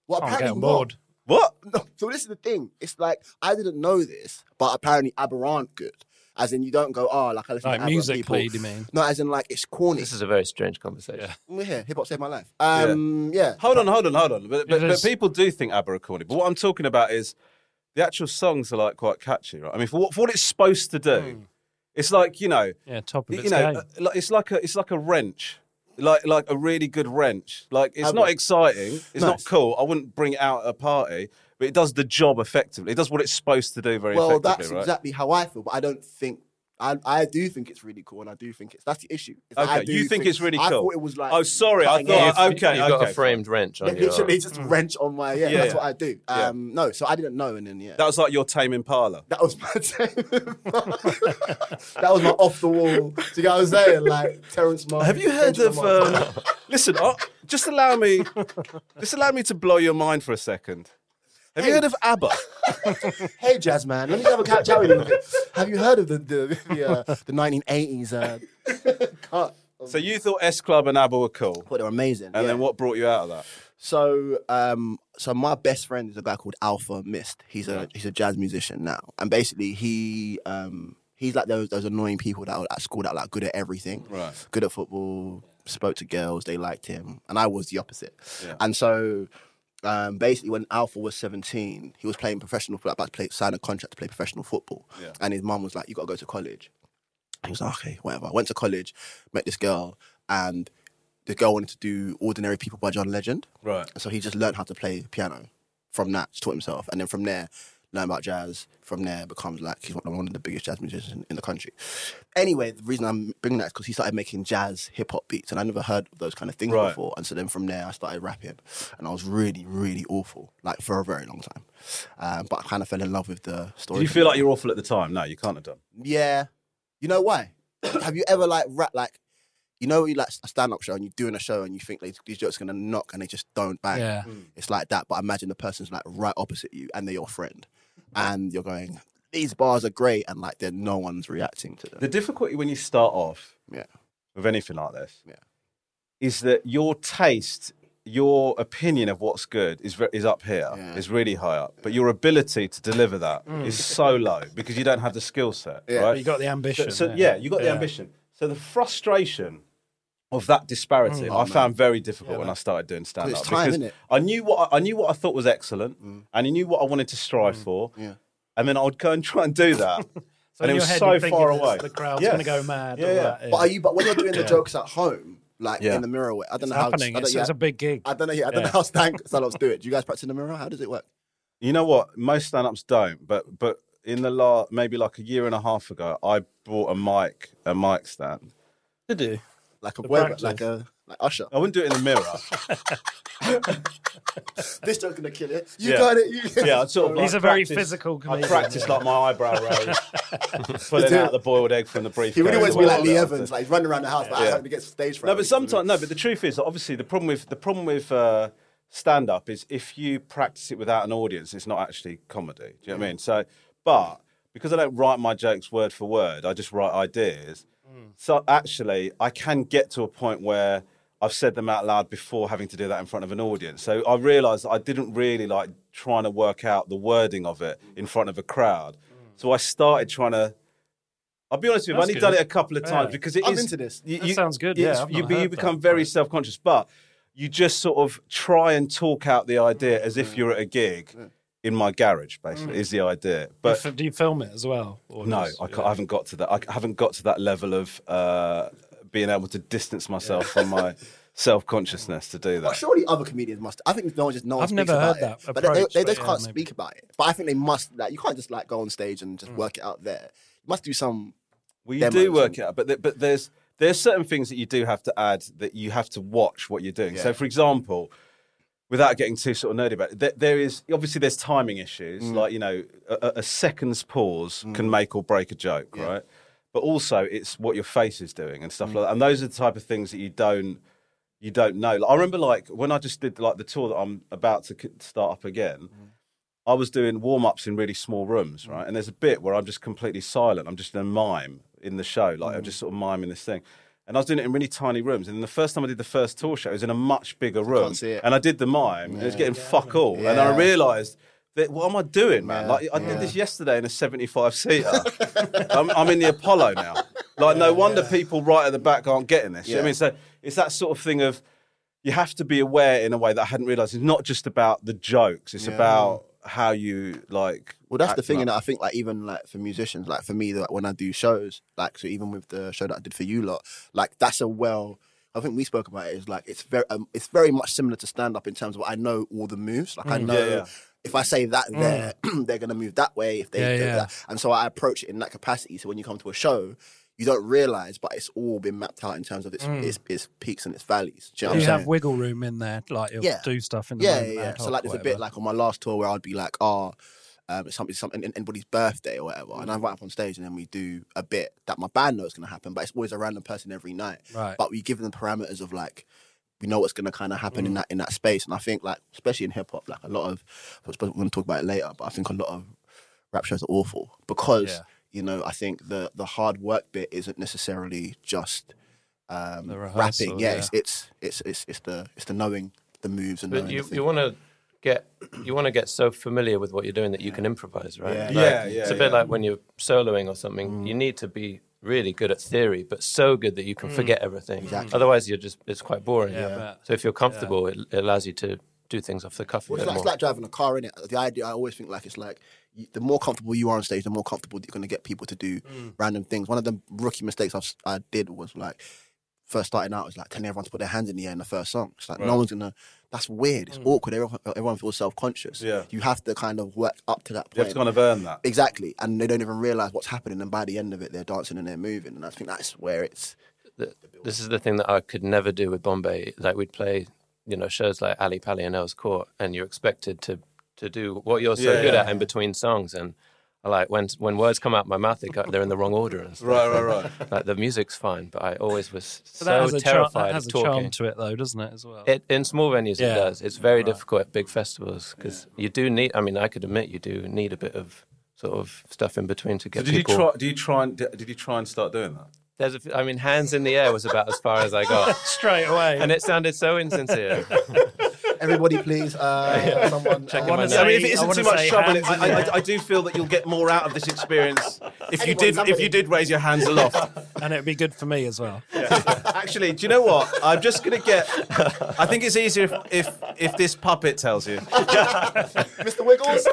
Speaker 4: well,
Speaker 3: I'm
Speaker 4: apparently
Speaker 3: getting
Speaker 4: not.
Speaker 3: bored.
Speaker 2: What?
Speaker 4: No, so this is the thing. It's like I didn't know this, but apparently ABBA aren't good. As in, you don't go, oh, like I listen
Speaker 3: Like
Speaker 4: to ABBA.
Speaker 3: musically,
Speaker 4: people.
Speaker 3: do you mean?
Speaker 4: No, as in like it's corny.
Speaker 6: This is a very strange conversation.
Speaker 4: We're here. Hip hop saved my life. Um, yeah.
Speaker 2: Hold on, hold on, hold on. But, but,
Speaker 3: It
Speaker 2: but
Speaker 3: is-
Speaker 2: people do think ABBA are corny. But what I'm talking about is the actual songs are like quite catchy, right? I mean, for what, for what it's supposed to do, it's like you know,
Speaker 3: Yeah, top of
Speaker 2: you
Speaker 3: its
Speaker 2: know,
Speaker 3: game.
Speaker 2: uh, like- it's like a it's like a wrench, like like a really good wrench. Like it's not
Speaker 4: ABBA.
Speaker 2: exciting, it's not
Speaker 4: Nice.
Speaker 2: cool. I wouldn't bring it out at a party, but it does the job effectively. It does what it's supposed to do very
Speaker 4: Well,
Speaker 2: effectively,
Speaker 4: that's
Speaker 2: right?
Speaker 4: exactly how I feel, but I don't think. I, I do think it's really cool, and I do think it's that's the issue. It's that
Speaker 2: Okay,
Speaker 4: I do
Speaker 2: you think, it's really
Speaker 4: I
Speaker 2: cool?
Speaker 4: thought it was like
Speaker 2: oh, sorry, I
Speaker 4: cutting
Speaker 2: thought.
Speaker 4: edge.
Speaker 2: okay,
Speaker 6: You've got
Speaker 2: okay.
Speaker 6: a framed wrench on your.
Speaker 4: literally just wrench on my yeah.
Speaker 2: Yeah,
Speaker 4: that's
Speaker 2: yeah.
Speaker 4: what I do. Um, No, so I didn't know, and then yeah,
Speaker 2: That was like your Tame Impala.
Speaker 4: That was my that was my off the wall. Do you get what I'm saying? Like Terrence Martin.
Speaker 2: Have you heard
Speaker 4: Kendrick
Speaker 2: of?
Speaker 4: Lamar.
Speaker 2: Um, listen, uh, just allow me, just allow me to blow your mind for a second. Have you heard of ABBA?
Speaker 4: Hey, jazz man, let me have a catch up with you. Have you heard of the the the, uh, the 1980s? Uh, cut?
Speaker 2: so you thought S Club and ABBA were cool,
Speaker 4: Well, they're amazing.
Speaker 2: and then
Speaker 4: yeah.
Speaker 2: what brought you out of that?
Speaker 4: So, um, so my best friend is a guy called Alpha Mist. He's a he's a jazz musician now, and basically he um he's like those those annoying people that were at school that are like good at everything,
Speaker 2: Right.
Speaker 4: Good at football. Spoke to girls, they liked him, and I was the opposite. And so, um, basically, when Alpha was seventeen, he was playing professional, like, about to play, sign a contract to play professional football, and his mum was like, "You got to go to college." And he was like, okay, whatever. I went to college, met this girl, and the girl wanted to do Ordinary People by John Legend.
Speaker 2: Right.
Speaker 4: And so he just learned how to play piano from that, just taught himself. And then from there, learn about jazz. From there, becomes like he's one of the biggest jazz musicians in, in the country. Anyway, the reason I'm bringing that is because he started making jazz hip hop beats, and I never heard of those kind of things
Speaker 2: Right.
Speaker 4: before. And so then from there, I started rapping, and I was really, really awful, like for a very long time. Um, but I kind of fell in love with the story.
Speaker 2: Did you feel like you're awful at the time? No, you can't have done.
Speaker 4: Yeah. You know why? Have you ever like rap like you know you like a stand up show and you're doing a show and you think like, these jokes are gonna knock and they just don't bang.
Speaker 3: Yeah.
Speaker 2: Hmm.
Speaker 4: It's like that, but imagine the person's like right opposite you and they're your friend. And you're going, These bars are great and like then no one's reacting to them.
Speaker 2: The difficulty when you start off
Speaker 4: Yeah.
Speaker 2: with anything like this
Speaker 4: Yeah.
Speaker 2: is that your taste, your opinion of what's good is, ve- is up here,
Speaker 4: Yeah.
Speaker 2: is really high up, but your ability to deliver that is so low because you don't have the skill set.
Speaker 4: Yeah.
Speaker 2: right?
Speaker 3: But you got the ambition.
Speaker 2: So, so, yeah. you got the ambition. So the frustration of that disparity,
Speaker 3: Mm. Oh,
Speaker 2: I found very difficult when I started doing stand up.
Speaker 4: It's time, innit?
Speaker 2: I knew what I, I knew what I thought was excellent,
Speaker 3: Mm.
Speaker 2: and I knew what I wanted to strive for.
Speaker 4: Yeah.
Speaker 2: And then I would go and try and do that,
Speaker 3: So in
Speaker 2: and it
Speaker 3: your
Speaker 2: was
Speaker 3: head,
Speaker 2: so
Speaker 3: you're thinking
Speaker 2: far
Speaker 3: this-
Speaker 2: away.
Speaker 3: The crowd's
Speaker 2: Yes.
Speaker 3: gonna go mad.
Speaker 2: Yeah,
Speaker 3: all
Speaker 2: yeah.
Speaker 3: that,
Speaker 4: But are you but when you're doing the
Speaker 3: Yeah.
Speaker 4: jokes at home, like
Speaker 2: Yeah.
Speaker 4: in the mirror, I don't
Speaker 3: It's
Speaker 4: know how
Speaker 3: happening.
Speaker 4: I don't,
Speaker 3: It's, it's a big gig.
Speaker 4: I don't know. yeah, I don't know
Speaker 3: Yeah.
Speaker 4: how stand ups do it. Do you guys practice in the mirror? How does it work?
Speaker 2: You know what? Most stand ups don't, but but in the last maybe like a year and a half ago, I bought a mic, a mic stand.
Speaker 7: Did you?
Speaker 4: Like a web,
Speaker 3: practice.
Speaker 4: like a like Usher.
Speaker 2: I wouldn't do it in the mirror.
Speaker 4: This joke's gonna kill it. You
Speaker 2: Yeah.
Speaker 4: got it. You...
Speaker 2: yeah, I'd sort of.
Speaker 3: He's a
Speaker 2: like
Speaker 3: very
Speaker 2: practice-
Speaker 3: physical
Speaker 2: I
Speaker 3: comedian.
Speaker 2: practiced like my eyebrow raise, pulling out the boiled egg from the briefcase.
Speaker 4: He really wants to be like Lee
Speaker 2: Yeah.
Speaker 4: Evans, like running around the house, but I
Speaker 2: Yeah.
Speaker 4: have to get stage fright.
Speaker 2: No, but sometimes no. But the truth is, obviously, the problem with the problem with uh, stand up is if you practice it without an audience, it's not actually comedy. Do you know what I mean? So, but because I don't write my jokes word for word, I just write ideas. So actually, I can get to a point where I've said them out loud before having to do that in front of an audience. So I realised I didn't really like trying to work out the wording of it in front of a crowd. So I started trying to. I'll be honest with you, I've
Speaker 3: That's
Speaker 2: only
Speaker 3: good.
Speaker 2: done it a couple of times
Speaker 3: Yeah.
Speaker 2: because it
Speaker 4: I'm
Speaker 2: is
Speaker 4: into this.
Speaker 2: You,
Speaker 3: That sounds good,
Speaker 2: it's-
Speaker 3: yeah, I've
Speaker 2: you,
Speaker 3: not
Speaker 2: be- you
Speaker 3: heard that
Speaker 2: become very self conscious, but you just sort of try and talk out the idea as
Speaker 3: Mm.
Speaker 2: if you're at a gig in my garage, basically, is the idea.
Speaker 3: Do you
Speaker 2: But
Speaker 3: f- do you film Mm. it as well? or
Speaker 2: no,
Speaker 3: just-
Speaker 2: I, ca- I haven't got to that. I haven't got to that level of uh, being able to distance myself from my self consciousness to do
Speaker 4: But
Speaker 2: that.
Speaker 4: surely other comedians must. I think no one just no one
Speaker 3: I've
Speaker 4: speaks
Speaker 3: never
Speaker 4: about
Speaker 3: heard
Speaker 4: it.
Speaker 3: that
Speaker 4: but they, they,
Speaker 3: approach,
Speaker 4: they
Speaker 3: but
Speaker 4: just
Speaker 3: yeah,
Speaker 4: can't
Speaker 3: maybe. Mm.
Speaker 4: speak about it. But I think they must. Like you can't just like go on stage and just work it out there. You must do some.
Speaker 2: Well, you
Speaker 4: them
Speaker 2: do
Speaker 4: ones
Speaker 2: work
Speaker 4: and-
Speaker 2: it out, but th- but there's there's certain things that you do have to add that you have to watch what you're doing. So, for example, without getting too sort of nerdy about it, there, there is obviously there's timing issues. Like you know, a, a- a second's pause can make or break a joke, right? But also, it's what your face is doing and stuff like that. And those are the type of things that you don't you don't know. Like, I remember like when I just did like the tour that I'm about to c- start up again.
Speaker 4: Mm-hmm.
Speaker 2: I was doing warm ups in really small rooms, right? And there's a bit where I'm just completely silent. I'm just in a mime in the show, like
Speaker 4: Mm-hmm.
Speaker 2: I'm just sort of miming this thing. And I was doing it in really tiny rooms. And the first time I did the first tour show, it was in a much bigger room.
Speaker 4: see it.
Speaker 2: And I did the mime, and it was getting fuck all. And I
Speaker 4: Yeah.
Speaker 2: realized that what am I doing, man? Like I did this yesterday in a 75 seater. I'm, I'm in the Apollo now. Like no wonder people right at the back aren't getting this. You know what I mean, so it's that sort of thing of you have to be aware in a way that I hadn't realized. It's not just about the jokes. It's about how you like.
Speaker 4: Well, that's the
Speaker 2: act
Speaker 4: thing,
Speaker 2: them
Speaker 4: and
Speaker 2: up.
Speaker 4: I think like even like for musicians, like for me, like when I do shows, like so even with the show that I did for you lot, like that's a well. I think we spoke about it. Is like it's very, um, it's very much similar to stand up in terms of I know all the moves. Like I know
Speaker 2: Mm. yeah. Mm.
Speaker 4: if I say that there, they're gonna move that way. If they
Speaker 3: Yeah,
Speaker 4: do
Speaker 3: yeah.
Speaker 4: that, and so I approach it in that capacity. So when you come to a show, you don't realize, but it's all been mapped out in terms of its
Speaker 2: Mm.
Speaker 4: its, its peaks and its valleys. Do you know
Speaker 3: Do
Speaker 4: what
Speaker 3: you
Speaker 4: I'm saying?
Speaker 3: have wiggle room in there? Like you'll
Speaker 4: Yeah.
Speaker 3: do stuff in the
Speaker 4: yeah,
Speaker 3: moment
Speaker 4: yeah, yeah.
Speaker 3: ad
Speaker 4: So
Speaker 3: hoc,
Speaker 4: like, there's a bit
Speaker 3: whatever.
Speaker 4: like on my last tour where I'd be like, "Ah, um, it's something, something, anybody's birthday or whatever," and I write up on stage, and then we do a bit that my band knows going to happen, but it's always a random person every night.
Speaker 3: Right.
Speaker 4: But we give them parameters of like. We know what's going to kind of happen
Speaker 3: Mm.
Speaker 4: in that in that space, and I think like especially in hip hop, like a lot of I suppose we're going to talk about it later, but I think a lot of rap shows are awful because
Speaker 3: Yeah.
Speaker 4: you know I think the the hard work bit isn't necessarily just um,
Speaker 3: The
Speaker 4: rapping.
Speaker 3: rehearsal,
Speaker 4: Yeah,
Speaker 3: yeah.
Speaker 4: It's, it's it's it's it's the it's the knowing the moves and
Speaker 6: But
Speaker 4: knowing
Speaker 6: you,
Speaker 4: the thing.
Speaker 6: you want to get you want to get so familiar with what you're doing that you can improvise, right?
Speaker 4: Yeah.
Speaker 6: Like,
Speaker 2: Yeah, yeah,
Speaker 6: It's a bit
Speaker 2: yeah.
Speaker 6: like when you're soloing or something. You need to be really good at theory, but so good that you can forget everything. Otherwise, you're just it's quite boring.
Speaker 3: Mm. Yeah, I bet.
Speaker 6: So if you're comfortable, it, it allows you to do things off the cuff a
Speaker 4: Well,
Speaker 6: bit
Speaker 4: it's, like,
Speaker 6: more.
Speaker 4: it's like driving a car in it. The idea I always think like it's like you, the more comfortable you are on stage, the more
Speaker 2: Mm.
Speaker 4: comfortable you're going to get people to do random things. One of the rookie mistakes I've, si did was like first starting out, it's like telling everyone to put their hands in the air in the first song. It's like no one's gonna. That's weird. It's awkward. Everyone, everyone feels self conscious.
Speaker 2: Mm. Yeah.
Speaker 4: You have to kind of work up to that point.
Speaker 2: You have to kind of earn that.
Speaker 4: Exactly, and they don't even realize what's happening. And by the end of it, they're dancing and they're moving, and I think that's where it's
Speaker 6: th- this is the thing that I could never do with Bombay. Like we'd play, you know, shows like Ali Pali and Earl's Court, and you're expected to to do what you're so
Speaker 2: Yeah,
Speaker 6: good
Speaker 2: yeah.
Speaker 6: at in between songs. And like when when words come out my mouth, they go, they're in the wrong order. And stuff.
Speaker 2: Right, right, right.
Speaker 6: Like the music's fine, but I always was
Speaker 3: But
Speaker 6: so
Speaker 3: has a char-
Speaker 6: terrified
Speaker 3: that has
Speaker 6: of
Speaker 3: a charm
Speaker 6: talking.
Speaker 3: to it, though, doesn't it? As well.
Speaker 6: It, in small venues,
Speaker 3: Yeah.
Speaker 6: it does. It's very difficult at big festivals because you do need. I mean, I could admit you do need a bit of sort of stuff in between to
Speaker 2: So
Speaker 6: get
Speaker 2: did you
Speaker 6: people.
Speaker 2: try? Do you try and did you try and start doing that?
Speaker 6: There's a f- I mean, hands in the air was about as far as I got,
Speaker 3: Straight away.
Speaker 6: and it sounded so insincere.
Speaker 4: everybody please. Uh, Someone
Speaker 6: Checking my
Speaker 3: wanna
Speaker 6: notes.
Speaker 3: say-
Speaker 2: I mean, if it
Speaker 3: I
Speaker 2: isn't
Speaker 3: wanna
Speaker 2: too much
Speaker 3: say
Speaker 2: trouble,
Speaker 3: hands in
Speaker 2: I, I,
Speaker 3: the air.
Speaker 2: I do feel that you'll get more out of this experience if you
Speaker 4: Anyone,
Speaker 2: did if
Speaker 4: somebody.
Speaker 2: you did raise your hands aloft.
Speaker 3: and it'd be good for me as well.
Speaker 2: Actually, do you know what? I'm just going to get. I think it's easier if if, if this puppet tells you.
Speaker 4: Mr. Wiggles.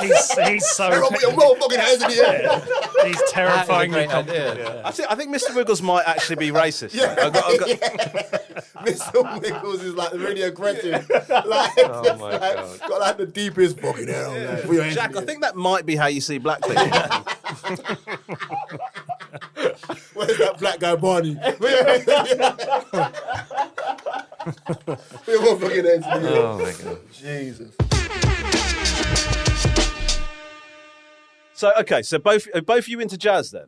Speaker 3: He's, he's so
Speaker 4: Everyone put your wrong fucking hands in the air.
Speaker 3: he's
Speaker 6: That is a
Speaker 3: terrifyingly
Speaker 6: great
Speaker 3: confident.
Speaker 6: idea.
Speaker 2: I think, I think Mr. Wiggles might actually be racist.
Speaker 4: Yeah.
Speaker 2: I've got- I've got-
Speaker 4: Mr. Wiggles is like really aggressive. Like, just,
Speaker 6: Oh my
Speaker 4: like,
Speaker 6: God.
Speaker 4: got like the deepest fucking hell. like, put your hands in
Speaker 2: Jack,
Speaker 4: the
Speaker 2: I
Speaker 4: air.
Speaker 2: think that might be how you see black people.
Speaker 4: Where's that black guy Barney? Put your hands in the air. Put your wrong fucking hands in the air.
Speaker 6: Oh my god.
Speaker 4: Jesus.
Speaker 2: so okay, so both are both you into jazz then?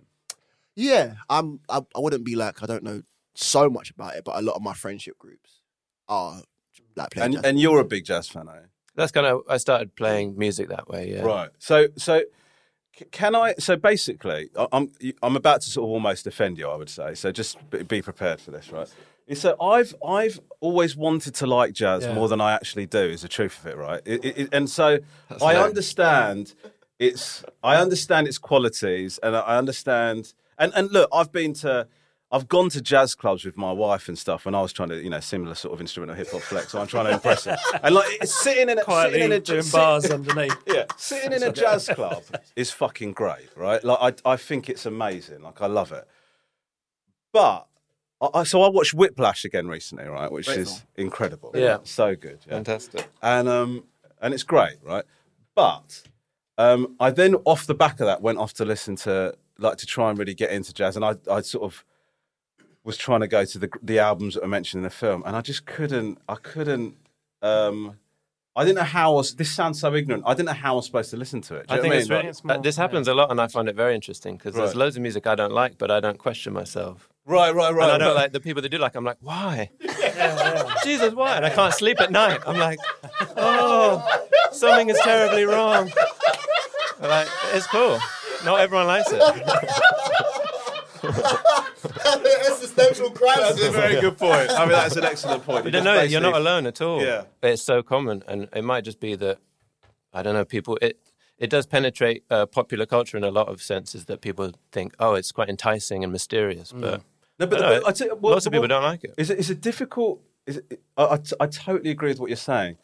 Speaker 4: Yeah, I'm. I, I wouldn't be like I don't know so much about it, but a lot of my friendship groups are like playing.
Speaker 2: And
Speaker 4: jazz.
Speaker 2: and you're a big jazz fan, are you?
Speaker 6: That's kind of I started playing music that way. Yeah.
Speaker 2: Right. So so c- can I? So basically, I- I'm I'm about to sort of almost offend you. I would say. So just b- be prepared for this, right? So I've I've always wanted to like jazz
Speaker 3: Yeah.
Speaker 2: more than I actually do. Is the truth of it, right? It, it, it- and so I
Speaker 6: nice.
Speaker 2: understand its I understand its qualities, and I understand and and look, I've been to. I've gone to jazz clubs with my wife and stuff when I was trying to, you know, similar sort of instrumental hip hop flex. So I'm trying to impress her. And like it's sitting in a
Speaker 3: Quietly
Speaker 2: sitting in a
Speaker 3: doing
Speaker 2: sit-
Speaker 3: bars underneath.
Speaker 2: yeah, sitting in a jazz club is fucking great, right? Like, I, I think it's amazing. Like, I love it. But, I, I, so I watched Whiplash again recently, right? Which is incredible.
Speaker 6: Yeah.
Speaker 2: So good. Yeah.
Speaker 6: Fantastic.
Speaker 2: And, um, and it's great, right? But um, I then, off the back of that, went off to listen to, like, to try and really get into jazz. And I, I sort of was trying to go to the, the albums that were mentioned in the film. And I just couldn't, I couldn't. Um, I didn't know how I was. This sounds so ignorant. I didn't know how I was supposed to listen to it. Do
Speaker 6: I
Speaker 2: you
Speaker 6: think
Speaker 2: know
Speaker 6: it's
Speaker 2: what I mean?
Speaker 6: really, uh, this happens a lot, and I find it very interesting because there's
Speaker 2: Right.
Speaker 6: loads of music I don't like, but I don't question myself.
Speaker 2: Like- right, right, right.
Speaker 6: and I don't
Speaker 2: right.
Speaker 6: like the people that do like. I'm like, why? Jesus, why? And I can't sleep at night. I'm like, oh, something is terribly wrong. I'm like, it's cool. Not everyone likes it.
Speaker 4: existential crisis.
Speaker 2: That's a very good point. I mean, that's an excellent point.
Speaker 6: You don't know it. You're not alone at all.
Speaker 2: Yeah.
Speaker 6: But it's so common, and it might just be that I don't know. People, it it does penetrate uh, popular culture in a lot of senses that people think, oh, it's quite enticing and mysterious, but.
Speaker 2: Mm. No, but,
Speaker 6: I don't
Speaker 2: but
Speaker 6: know,
Speaker 2: I tell you- well,
Speaker 6: lots of people
Speaker 2: well,
Speaker 6: don't like it.
Speaker 2: Is it, is it difficult? Is it, I, I, I totally agree with what you're saying.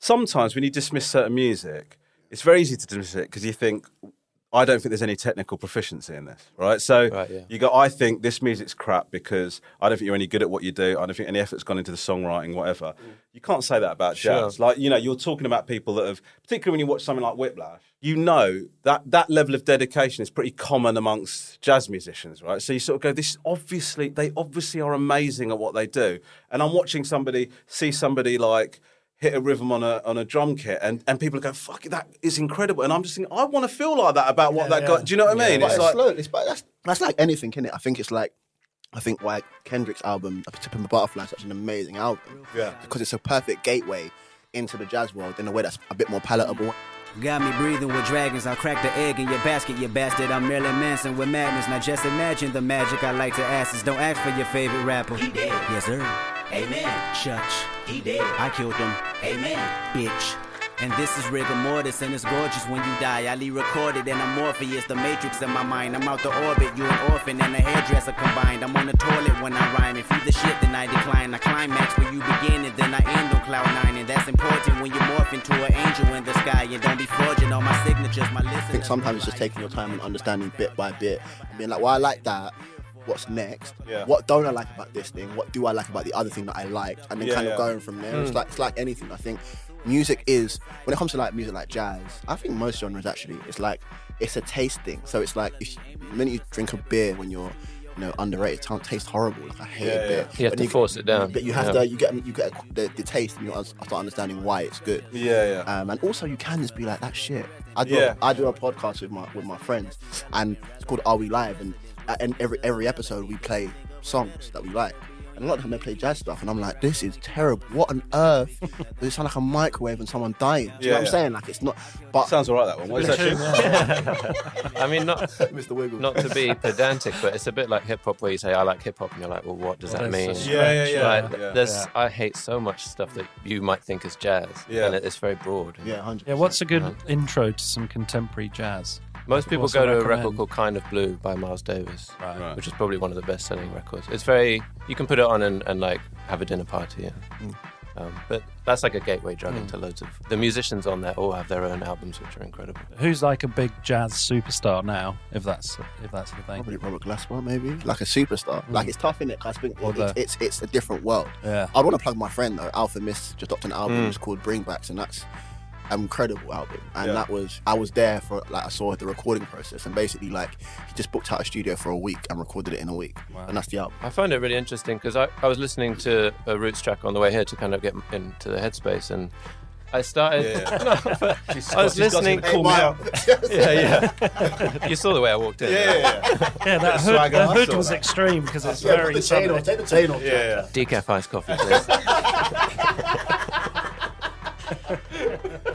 Speaker 2: Sometimes when you dismiss certain music, it's very easy to dismiss it because you think, I don't think there's any technical proficiency in this, right? So
Speaker 6: Right, yeah.
Speaker 2: you go, I think this music's crap because I don't think you're any good at what you do. I don't think any effort's gone into the songwriting, whatever.
Speaker 6: Mm.
Speaker 2: You can't say that about jazz. Like, you know, you're talking about people that have, particularly when you watch something like Whiplash, you know that that level of dedication is pretty common amongst jazz musicians, right? So you sort of go, this obviously, they obviously are amazing at what they do. And I'm watching somebody see somebody like, hit a rhythm on a on a drum kit and, and people go fuck it, that is incredible and I'm just thinking I want to feel like that about what that guy do you know what I mean
Speaker 4: But
Speaker 2: it's
Speaker 4: it's
Speaker 2: like
Speaker 4: slow. It's, but that's that's like anything, is it? I think it's like I think why Kendrick's album "To Pimp a Butterfly" is such an amazing album.
Speaker 2: Yeah.
Speaker 4: because it's a perfect gateway into the jazz world in a way that's a bit more palatable.
Speaker 7: Got me breathing with dragons. I'll crack the egg in your basket, you bastard. I'm Marilyn Manson with madness. Now just imagine the magic I like to ask is don't ask for your favorite rapper. He did. Yes, sir. Amen. Church. He did. I killed him. Amen. Bitch. And this is rigor mortis, and it's gorgeous when you die. I leave recorded, and I'm Morpheus, the matrix in my mind. I'm out the orbit, you an orphan and a hairdresser combined. I'm on the toilet when I rhyme. If you the shit, then I decline. I climax where you begin, and then I end on cloud nine. And that's important when you morph into an angel in the sky. And don't be forging all my signatures, my
Speaker 4: I think
Speaker 7: listeners.
Speaker 4: sometimes it's just taking your time and understanding bit by bit and being like, well, I like that. what's next.
Speaker 2: Yeah.
Speaker 4: What don't I like about this thing? What do I like about the other thing that I liked? And then
Speaker 2: Yeah,
Speaker 4: kind
Speaker 2: yeah.
Speaker 4: of going from there. It's
Speaker 6: Hmm.
Speaker 2: Mm.
Speaker 4: like it's like anything. I think music is when it comes to like music like jazz. I think most genres actually. It's like it's a taste thing. So it's like if you, the minute you drink a beer when you're you know underrated, it tastes horrible. Like I hate
Speaker 6: Yeah,
Speaker 4: a beer.
Speaker 6: yeah. You have
Speaker 4: But
Speaker 6: to force it down.
Speaker 4: But you have
Speaker 6: Yeah.
Speaker 4: to you get you get the, the taste and you start understanding why it's good.
Speaker 2: Yeah, yeah.
Speaker 4: Um, and also you can just be like that shit. I do,
Speaker 2: Yeah.
Speaker 4: I do a podcast with my with my friends, and it's called Are We Live? And uh, and every every episode we play songs that we like. And a lot of them they play jazz stuff, and I'm like, this is terrible. What on earth? they sound like a microwave and someone dying. Do you know
Speaker 6: Yeah,
Speaker 4: what I'm
Speaker 6: yeah.
Speaker 4: saying? Like it's not. But
Speaker 2: sounds alright that one. What is that
Speaker 6: I mean, not
Speaker 4: Mr. Wiggle.
Speaker 6: Not to be pedantic, but it's a bit like hip hop, where you say I like hip hop, and you're like, well, what does
Speaker 2: Well,
Speaker 6: that mean?
Speaker 2: that's a Yeah, yeah, stretch, yeah.
Speaker 6: Like,
Speaker 2: yeah.
Speaker 6: There's,
Speaker 2: Yeah.
Speaker 6: I hate so much stuff that you might think is jazz,
Speaker 2: Yeah.
Speaker 6: and it- it's very broad.
Speaker 4: Yeah, hundred.
Speaker 3: Yeah, what's a good
Speaker 6: Right.
Speaker 3: intro to some contemporary jazz?
Speaker 6: Most people
Speaker 3: What's
Speaker 6: go
Speaker 3: I
Speaker 6: to a
Speaker 3: recommend?
Speaker 6: record called Kind of Blue by Miles Davis,
Speaker 2: Right.
Speaker 6: which is probably one of the best selling records. It's very, you can put it on and, and like have a dinner party.
Speaker 3: Mm.
Speaker 6: And, um, but that's like a gateway drug into loads of. The musicians on there all have their own albums, which are incredible.
Speaker 3: Who's like a big jazz superstar now? If that's if that's the thing.
Speaker 4: Probably Robert Glasper, maybe like a superstar.
Speaker 2: Hmm.
Speaker 4: Like it's tough in it. I think
Speaker 3: Or
Speaker 4: it- it's,
Speaker 3: the-
Speaker 4: it's it's a different world.
Speaker 3: Yeah.
Speaker 4: I want to plug my friend though. Alpha Miss just dropped an
Speaker 6: Hmm.
Speaker 4: album. It's called Bringbacks, and that's an incredible album. And
Speaker 2: Yeah.
Speaker 4: that was I was there for like I saw the recording process, and basically like he just booked out a studio for a week and recorded it in a week, and that's the album.
Speaker 6: I found it really interesting because I, I was listening to a Roots track on the way here to kind of get into the headspace and I started.
Speaker 2: Yeah.
Speaker 6: No, but I was
Speaker 2: she's got
Speaker 6: listening.
Speaker 2: to call me out.
Speaker 6: yeah, yeah. you saw the way I walked in.
Speaker 2: Yeah, yeah, yeah.
Speaker 3: Yeah, that hood,
Speaker 2: swagger,
Speaker 3: the
Speaker 2: I
Speaker 3: hood
Speaker 2: saw
Speaker 3: was
Speaker 2: that.
Speaker 3: extreme because it's
Speaker 4: Yeah,
Speaker 3: very
Speaker 4: put the chain
Speaker 3: southern.
Speaker 4: off. Take the chain off.
Speaker 2: yeah, yeah.
Speaker 6: Decaf iced coffee, please.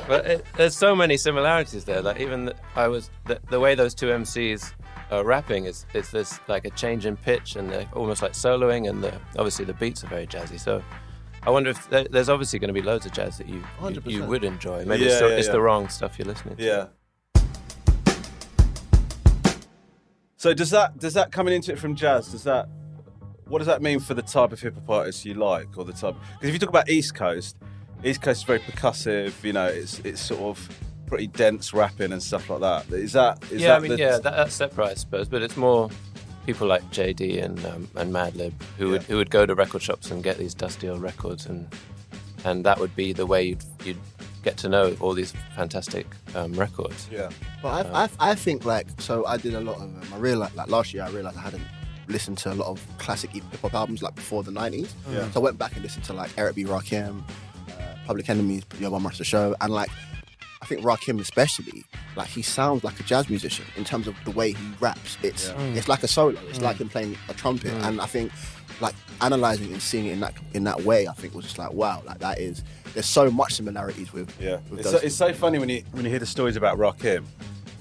Speaker 6: but it, there's so many similarities there. Like even the, I was the, the way those two MCs are rapping is it's this like a change in pitch and they're almost like soloing and the obviously the beats are very jazzy. So I wonder if there, there's obviously going to be loads of jazz that you you, you
Speaker 4: 100%.
Speaker 6: would enjoy. Maybe it's,
Speaker 2: Yeah,
Speaker 6: the,
Speaker 2: yeah,
Speaker 6: it's
Speaker 2: yeah.
Speaker 6: the wrong stuff you're listening to.
Speaker 2: Yeah. So does that does that coming into it from jazz? Does that what does that mean for the type of hip hop artists you like, or the type? Because if you talk about East Coast, East Coast is very percussive. You know, it's it's sort of pretty dense rapping and stuff like that. Is that is
Speaker 6: yeah,
Speaker 2: that
Speaker 6: I mean,
Speaker 2: the,
Speaker 6: yeah, that, that's separate, I suppose. But it's more people like JD and um, and Madlib who would
Speaker 2: Yeah.
Speaker 6: who would go to record shops and get these dusty old records, and and that would be the way you'd you'd get to know all these fantastic um, records.
Speaker 2: yeah,
Speaker 4: But I, I, I think like so I did a lot of um, I realized like last year I realized I hadn't listened to a lot of classic hip hop albums like before the nineties.
Speaker 2: Yeah.
Speaker 4: So I went back and listened to like Eric B. Rakim, uh, Public Enemies, Yo Mama the Show, and like I think Rakim especially like he sounds like a jazz musician in terms of the way he raps. It's
Speaker 6: Mm.
Speaker 4: it's like a solo. It's like him playing a trumpet, and I think like analyzing and seeing it in that in that way, I think was just like wow, like that is. There's so much similarities with
Speaker 2: yeah.
Speaker 4: With
Speaker 2: It's so,
Speaker 4: those-
Speaker 2: it's so funny when you when you hear the stories about Rakim.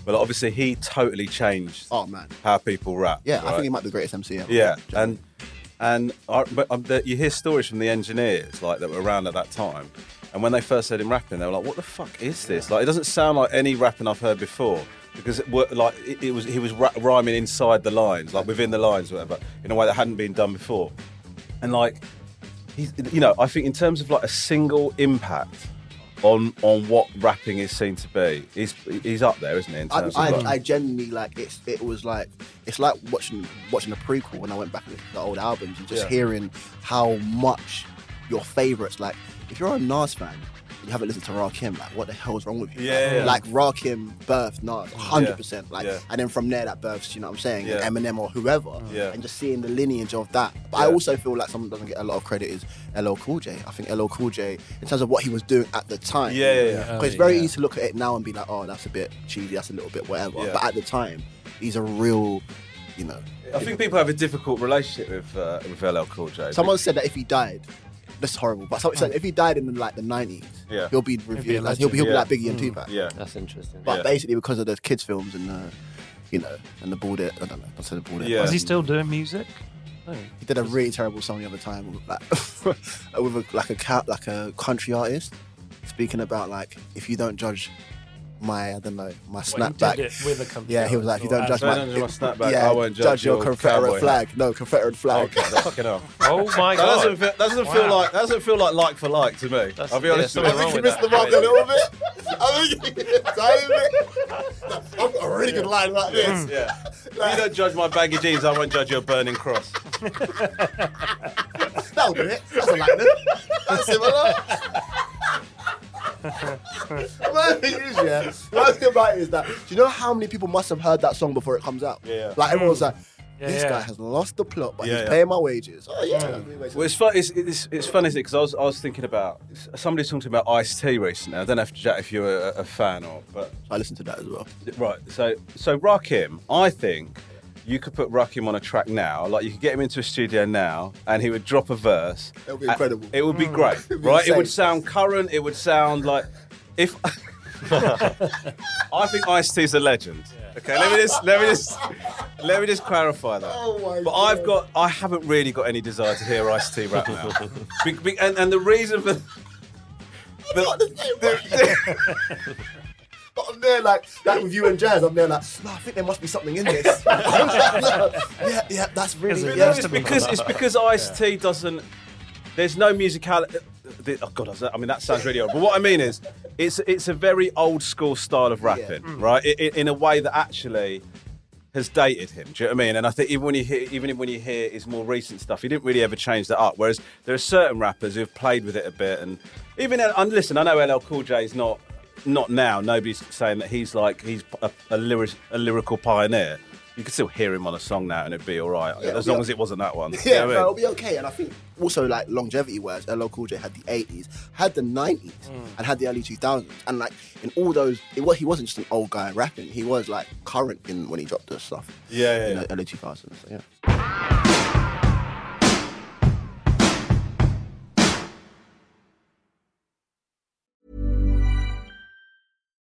Speaker 2: Well, obviously he totally changed
Speaker 4: oh man.
Speaker 2: how people rap.
Speaker 4: Yeah, I
Speaker 2: right?
Speaker 4: think he might be the greatest MC ever.
Speaker 2: Yeah, and and I, but um, the, you hear stories from the engineers like that were around at that time, and when they first heard him rapping, they were like, "What the fuck is this? Like, it doesn't sound like any rapping I've heard before." Because it were, like it, it was, he was ra- rhyming inside the lines, like within the lines, or whatever, in a way that hadn't been done before, and like, he's, you know, I think in terms of like a single impact. On, on what rapping is seen to be, he's he's up there, isn't he? in
Speaker 4: I,
Speaker 2: terms of,
Speaker 4: I,
Speaker 2: like-
Speaker 4: I genuinely like it's it was like it's like watching watching a prequel when I went back to the old albums and just
Speaker 2: Yeah.
Speaker 4: hearing how much your favourites like if you're a Nas fan you haven't listened to Rakim like what the hell is wrong with you
Speaker 2: Yeah, yeah.
Speaker 4: like Rakim birthed Nas 100% like
Speaker 2: yeah.
Speaker 4: and then from there that births you know what I'm saying
Speaker 2: Yeah.
Speaker 4: Eminem or whoever
Speaker 2: Yeah.
Speaker 4: and just seeing the lineage of that but I
Speaker 2: Yeah.
Speaker 4: also feel like someone that doesn't get a lot of credit is LL Cool J I think LL Cool J in terms of what he was doing at the time
Speaker 2: Yeah, yeah, yeah.
Speaker 4: 'Cause it's very
Speaker 3: Oh, Yeah.
Speaker 4: easy to look at it now and be like, oh, that's a bit cheesy, that's a little bit whatever.
Speaker 2: Yeah.
Speaker 4: But at the time, these are real, you know.
Speaker 2: I think people have a difficult relationship with uh, with LL Cool J.
Speaker 4: Someone said that if he died, that's horrible. But someone said if he died in like the nineties,
Speaker 2: Yeah.
Speaker 4: he'll be reviewed. as- He'll be, he'll be,
Speaker 2: Yeah. Mm,
Speaker 4: like Biggie and Tupac.
Speaker 2: yeah,
Speaker 6: That's interesting.
Speaker 4: But
Speaker 2: Yeah.
Speaker 4: basically because of those kids films and the, you know, and the bald it, I don't know. I said the bald it.
Speaker 2: Yeah.
Speaker 3: Is he still doing music? Oh,
Speaker 4: He did a really terrible song the other time with like, with a, like a cat, like a country artist, speaking about like if you don't judge my I don't know my
Speaker 3: Well, you did
Speaker 4: snapback.
Speaker 3: it with a computer
Speaker 4: yeah, he was like, if you don't
Speaker 3: or-
Speaker 4: judge
Speaker 2: Don't
Speaker 4: my,
Speaker 2: judge my snapback,
Speaker 4: yeah,
Speaker 2: I won't judge
Speaker 4: your
Speaker 2: your
Speaker 4: Confederate
Speaker 2: cowboy hat.
Speaker 4: flag. No Confederate flag.
Speaker 2: Okay, that's fucking hell.
Speaker 6: Oh my
Speaker 2: That
Speaker 6: god!
Speaker 2: doesn't feel, that doesn't feel like that doesn't feel like like for like to me.
Speaker 6: That's-
Speaker 2: I'll be
Speaker 6: yeah,
Speaker 2: honest.
Speaker 6: something
Speaker 2: with
Speaker 6: wrong
Speaker 2: you.
Speaker 6: with that.
Speaker 4: mark a little bit. I think you timed it. I've got a really good line like this.
Speaker 2: Yeah. If you don't judge my baggy jeans, I won't judge your burning cross.
Speaker 4: That'll do it. That's a lightning. That's similar. My thing is, yeah, one thing about it is that, do you know how many people must have heard that song before it comes out?
Speaker 2: Yeah. Mm.
Speaker 4: Like, everyone's like,
Speaker 3: Yeah,
Speaker 4: this
Speaker 3: yeah.
Speaker 4: guy has lost the plot, but
Speaker 2: Yeah,
Speaker 4: he's
Speaker 2: yeah. Mm.
Speaker 4: paying my wages. Oh, yeah. Anyway, so-
Speaker 2: Well, it's fun. It's, it's, it's fun, isn't it? Because I was, I was thinking about somebody's talking about Ice T recently. I don't know if Jack, if you're a, a fan or, but
Speaker 4: I listened to that as well.
Speaker 2: right. So so Rakim, I think you could put Rakim on a track now. Like you could get him into a studio now, and he would drop a verse.
Speaker 4: That would be
Speaker 2: And
Speaker 4: incredible.
Speaker 2: It would be great,
Speaker 4: be
Speaker 2: right? It would
Speaker 4: insane.
Speaker 2: sound current. It would sound like if. I think Ice T's a legend. Okay, let me just let me just let me just clarify that.
Speaker 4: Oh my
Speaker 2: but I've
Speaker 4: God.
Speaker 2: got I haven't really got any desire to hear Ice T rap now, be, be- and, and the reason for
Speaker 4: But I'm there like, like with you and Jazz, I'm there like, no, I think there must be something in this. yeah, yeah, that's really,
Speaker 3: Is it
Speaker 4: yeah.
Speaker 3: just
Speaker 2: it's because it's because Ice T doesn't. There's no musicality. Oh god, I was- I mean that sounds really old. But what I mean is, it's it's a very old school style of rapping, right? I i in a way that actually has dated him. Do you know what I mean? And I think even when you hear even when you hear his more recent stuff, he didn't really ever change that up. Whereas there are certain rappers who've played with it a bit, and even and listen, I know LL Cool J is not not now. Nobody's saying that he's like he's a, a, lyric, a lyrical pioneer. You could still hear him on a song now, and it'd be all right as
Speaker 4: it'll
Speaker 2: long
Speaker 4: be-
Speaker 2: as it wasn't that one.
Speaker 4: Yeah,
Speaker 2: You know
Speaker 4: no,
Speaker 2: what I
Speaker 4: it'll
Speaker 2: mean?
Speaker 4: be okay. And I think also like longevity wise, LL Cool J had the eighties, had the nineties, and had the early two thousands. And like in all those, it was, he wasn't just an old guy rapping. He was like current in when he dropped the stuff.
Speaker 2: Yeah, yeah,
Speaker 4: in
Speaker 2: yeah.
Speaker 4: the early two thousands. So, yeah.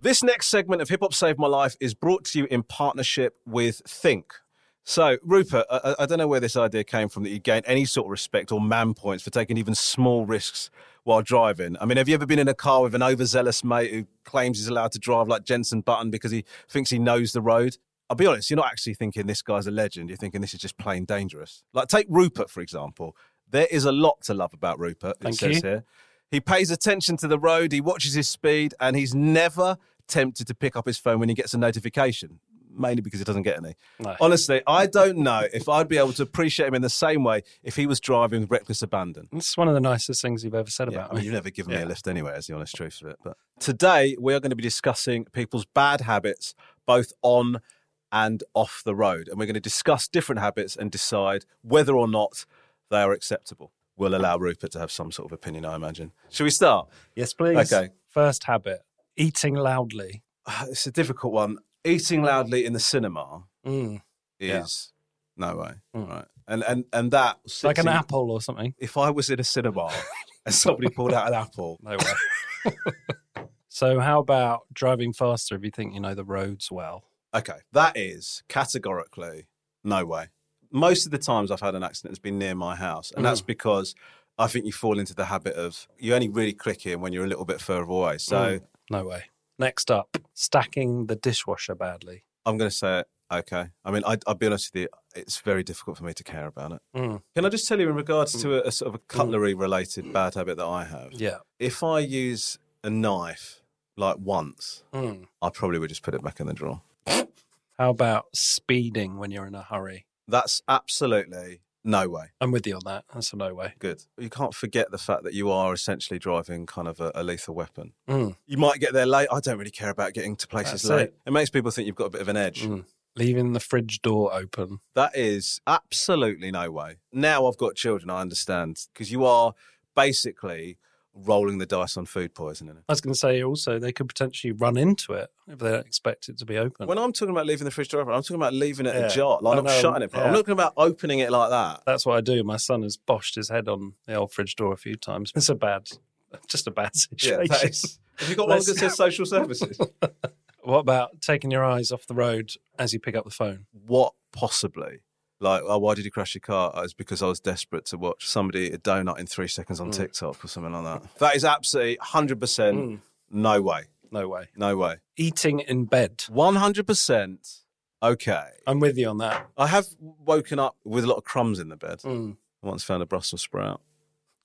Speaker 2: This next segment of Hip Hop Saved My Life is brought to you in partnership with Think. So, Rupert, I, I- I don't know where this idea came from that you gain any sort of respect or man points for taking even small risks while driving. I mean, have you ever been in a car with an overzealous mate who claims he's allowed to drive like Jensen Button because he thinks he knows the road? I'll be honest, you're not actually thinking this guy's a legend. You're thinking this is just plain dangerous. Like, take Rupert, for example. There is a lot to love about Rupert, it
Speaker 3: Thank
Speaker 2: says
Speaker 3: you.
Speaker 2: here. He pays attention to the road, he watches his speed, and he's never tempted to pick up his phone when he gets a notification, mainly because he doesn't get any. Honestly, I don't know if I'd be able to appreciate him in the same way if he was driving with reckless abandon.
Speaker 3: It's one of the nicest things you've ever said
Speaker 2: Yeah,
Speaker 3: about
Speaker 2: I mean,
Speaker 3: me.
Speaker 2: you've never given me
Speaker 3: Yeah.
Speaker 2: a lift anyway, is the honest truth of it. But today we are going to be discussing people's bad habits, both on and off the road, and we're going to discuss different habits and decide whether or not they are acceptable. We'll allow Rupert to have some sort of opinion, I imagine. Shall we start?
Speaker 3: Yes, please.
Speaker 2: Okay.
Speaker 3: First habit eating loudly.
Speaker 2: It's a difficult one. Eating loudly in the cinema
Speaker 3: Mm.
Speaker 2: is no way,
Speaker 3: Mm.
Speaker 2: right? And and and that
Speaker 3: Like an
Speaker 2: sitting-
Speaker 3: apple or something.
Speaker 2: If I was in a cinema and somebody pulled out an apple,
Speaker 3: No way. so, how about driving faster if you think you know the roads well?
Speaker 2: Okay, that is categorically no way. Most of the times I've had an accident has been near my house, and
Speaker 3: Mm.
Speaker 2: that's because I think you fall into the habit of you only really click in when you're a little bit further away. So
Speaker 3: Mm. No way. Next up, stacking the dishwasher badly.
Speaker 2: I'm going to say it Okay. I mean, I, I'll be honest with you, it's very difficult for me to care about it.
Speaker 3: Mm.
Speaker 2: Can I just tell you, in regards to a, a sort of a cutlery related bad habit that I have?
Speaker 3: Yeah.
Speaker 2: If I use a knife like once,
Speaker 3: Mm.
Speaker 2: I probably would just put it back in the drawer.
Speaker 3: How about speeding when you're in a hurry?
Speaker 2: That's absolutely no way.
Speaker 3: I'm with you on that. That's a no way.
Speaker 2: Good. You can't forget the fact that you are essentially driving kind of a, a lethal weapon.
Speaker 3: Mm.
Speaker 2: You might get there late. I don't really care about getting to places
Speaker 3: That's
Speaker 2: late.
Speaker 3: it.
Speaker 2: It. makes people think you've got a bit of an edge.
Speaker 3: Mm. Leaving the fridge door open.
Speaker 2: That is absolutely no way. Now I've got children, I understand, because you are basically rolling the dice on food poisoning.
Speaker 3: I was going to say also they could potentially run into it if they don't expect it to be open.
Speaker 2: When I'm talking about leaving the fridge door open, I'm talking about leaving it
Speaker 3: Mm. Yeah.
Speaker 2: ajar, like
Speaker 3: I
Speaker 2: not
Speaker 3: know,
Speaker 2: shutting it. I'm
Speaker 3: yeah.
Speaker 2: not talking about opening it like that.
Speaker 3: That's what I do. My son has boshed his head on the old fridge door a few times. It's a bad, just a bad
Speaker 2: Yeah,
Speaker 3: situation.
Speaker 2: that is- have you got one that
Speaker 3: Let's-
Speaker 2: says social services?
Speaker 3: What about taking your eyes off the road as you pick up the phone?
Speaker 2: what possibly? Like, oh, why did you crash your car? Oh, It's because I was desperate to watch somebody eat a donut in three seconds
Speaker 3: Mm.
Speaker 2: on TikTok or something like that. That is absolutely 100%
Speaker 3: Mm.
Speaker 2: no way.
Speaker 3: No way.
Speaker 2: No way.
Speaker 3: Eating in bed.
Speaker 2: 100% okay.
Speaker 3: I'm with you on that.
Speaker 2: I have woken up with a lot of crumbs in the bed.
Speaker 3: Mm.
Speaker 2: I once found a Brussels sprout.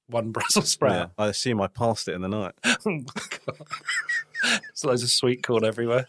Speaker 3: One Brussels
Speaker 2: Yeah,
Speaker 3: sprout.
Speaker 2: I assume I passed it in the night.
Speaker 3: oh my god! There's loads of sweet corn everywhere.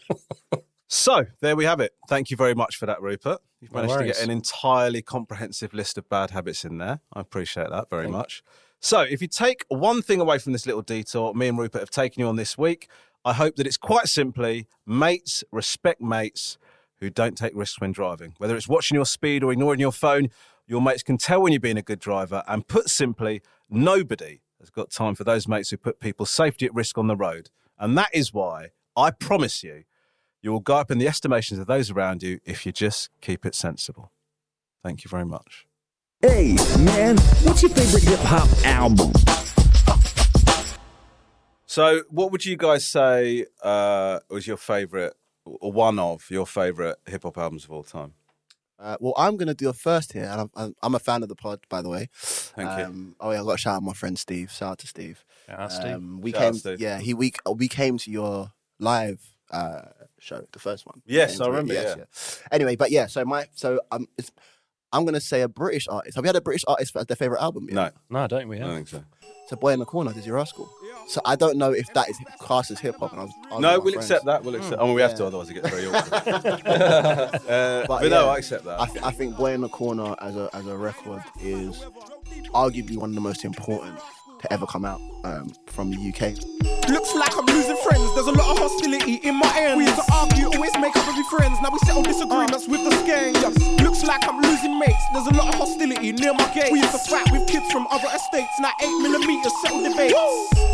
Speaker 2: So there we have it. Thank you very much for that, Rupert. You've
Speaker 3: No
Speaker 2: managed to get
Speaker 3: worries.
Speaker 2: an entirely comprehensive list of bad habits in there. I appreciate that very much. So if you take one thing away from this little detour, me and Rupert have taken you on this week. I hope that it's quite simply mates respect mates who don't take risks when driving. Whether it's watching your speed or ignoring your phone, your mates can tell when you're being a good driver. And put simply, nobody has got time for those mates who put people's safety at risk on the road. And that is why I promise you you will go up in the estimations of those around you if you just keep it sensible. Thank you very much.
Speaker 1: Hey, man, what's your favorite hip hop album?
Speaker 2: So, what would you guys say uh, was your favorite, or one of your favorite hip hop albums of all time?
Speaker 4: Uh, well, I'm gonna do a first here, and I'm- I'm, I'm a fan of the pod, by the way.
Speaker 2: Thank you.
Speaker 4: um, Oh yeah, I got to shout out my friend Steve. Shout out to Steve.
Speaker 3: Yeah, Steve.
Speaker 4: Um, we
Speaker 2: Shout out
Speaker 4: came,
Speaker 2: Steve.
Speaker 4: yeah, he we uh, we came to your live uh, show, the first one. We
Speaker 2: Yes,
Speaker 4: came
Speaker 2: I
Speaker 4: to it,
Speaker 2: remember, yeah.
Speaker 4: Anyway, but yeah, so my so um, it's, I'm gonna say a British artist. Have you had a British artist as their favorite album? yet?
Speaker 2: No,
Speaker 3: No, I don't we?
Speaker 2: I don't
Speaker 3: Yeah.
Speaker 2: think so.
Speaker 4: It's a boy in the corner. Did you ask So I don't know if that is classed as hip hop. and I was- I was
Speaker 2: No,
Speaker 4: with my
Speaker 2: we'll
Speaker 4: friends. Hmm.
Speaker 2: accept that. We'll accept. Oh, we have to, otherwise it gets very awkward. Uh, but
Speaker 4: yeah,
Speaker 2: no, I accept that.
Speaker 4: I, th- I think Boy in the Corner as a as a record is arguably one of the most important to ever come out um, from the UK.
Speaker 8: Looks like I'm losing friends. There's a lot of hostility in my end. We used to argue, always make up and be friends. Now we settle disagreements with the skanks. Looks like I'm losing mates. There's a lot of hostility near my gate. We used to fight with kids from other estates. Now eight millimeters settle debates.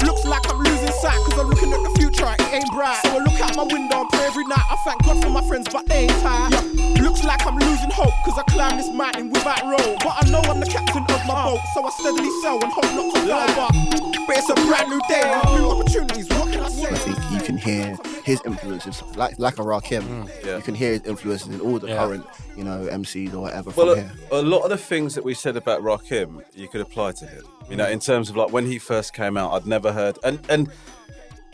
Speaker 8: Looks like I'm losing sight, cause I'm looking at the future, it ain't bright. So I look out my window and pray every night. I thank God for my friends, but they ain't tired. Yeah. Looks like I'm losing hope, cause I climb this mountain without road. But I know I'm the captain of my boat, so I steadily sail and hope not to die. But, but it's a brand new day, with new opportunities. What can I say?
Speaker 4: I think you can hear his influences, like like a Rakim.
Speaker 6: Mm.
Speaker 4: You can hear his influences in all the
Speaker 3: Yeah.
Speaker 4: current, you know, MCs or whatever
Speaker 2: Well,
Speaker 4: from
Speaker 2: a,
Speaker 4: here.
Speaker 2: a lot of the things that we said about Rakim, you could apply to him. You
Speaker 4: Mm.
Speaker 2: know, in terms of like when he first came out, I'd never heard and and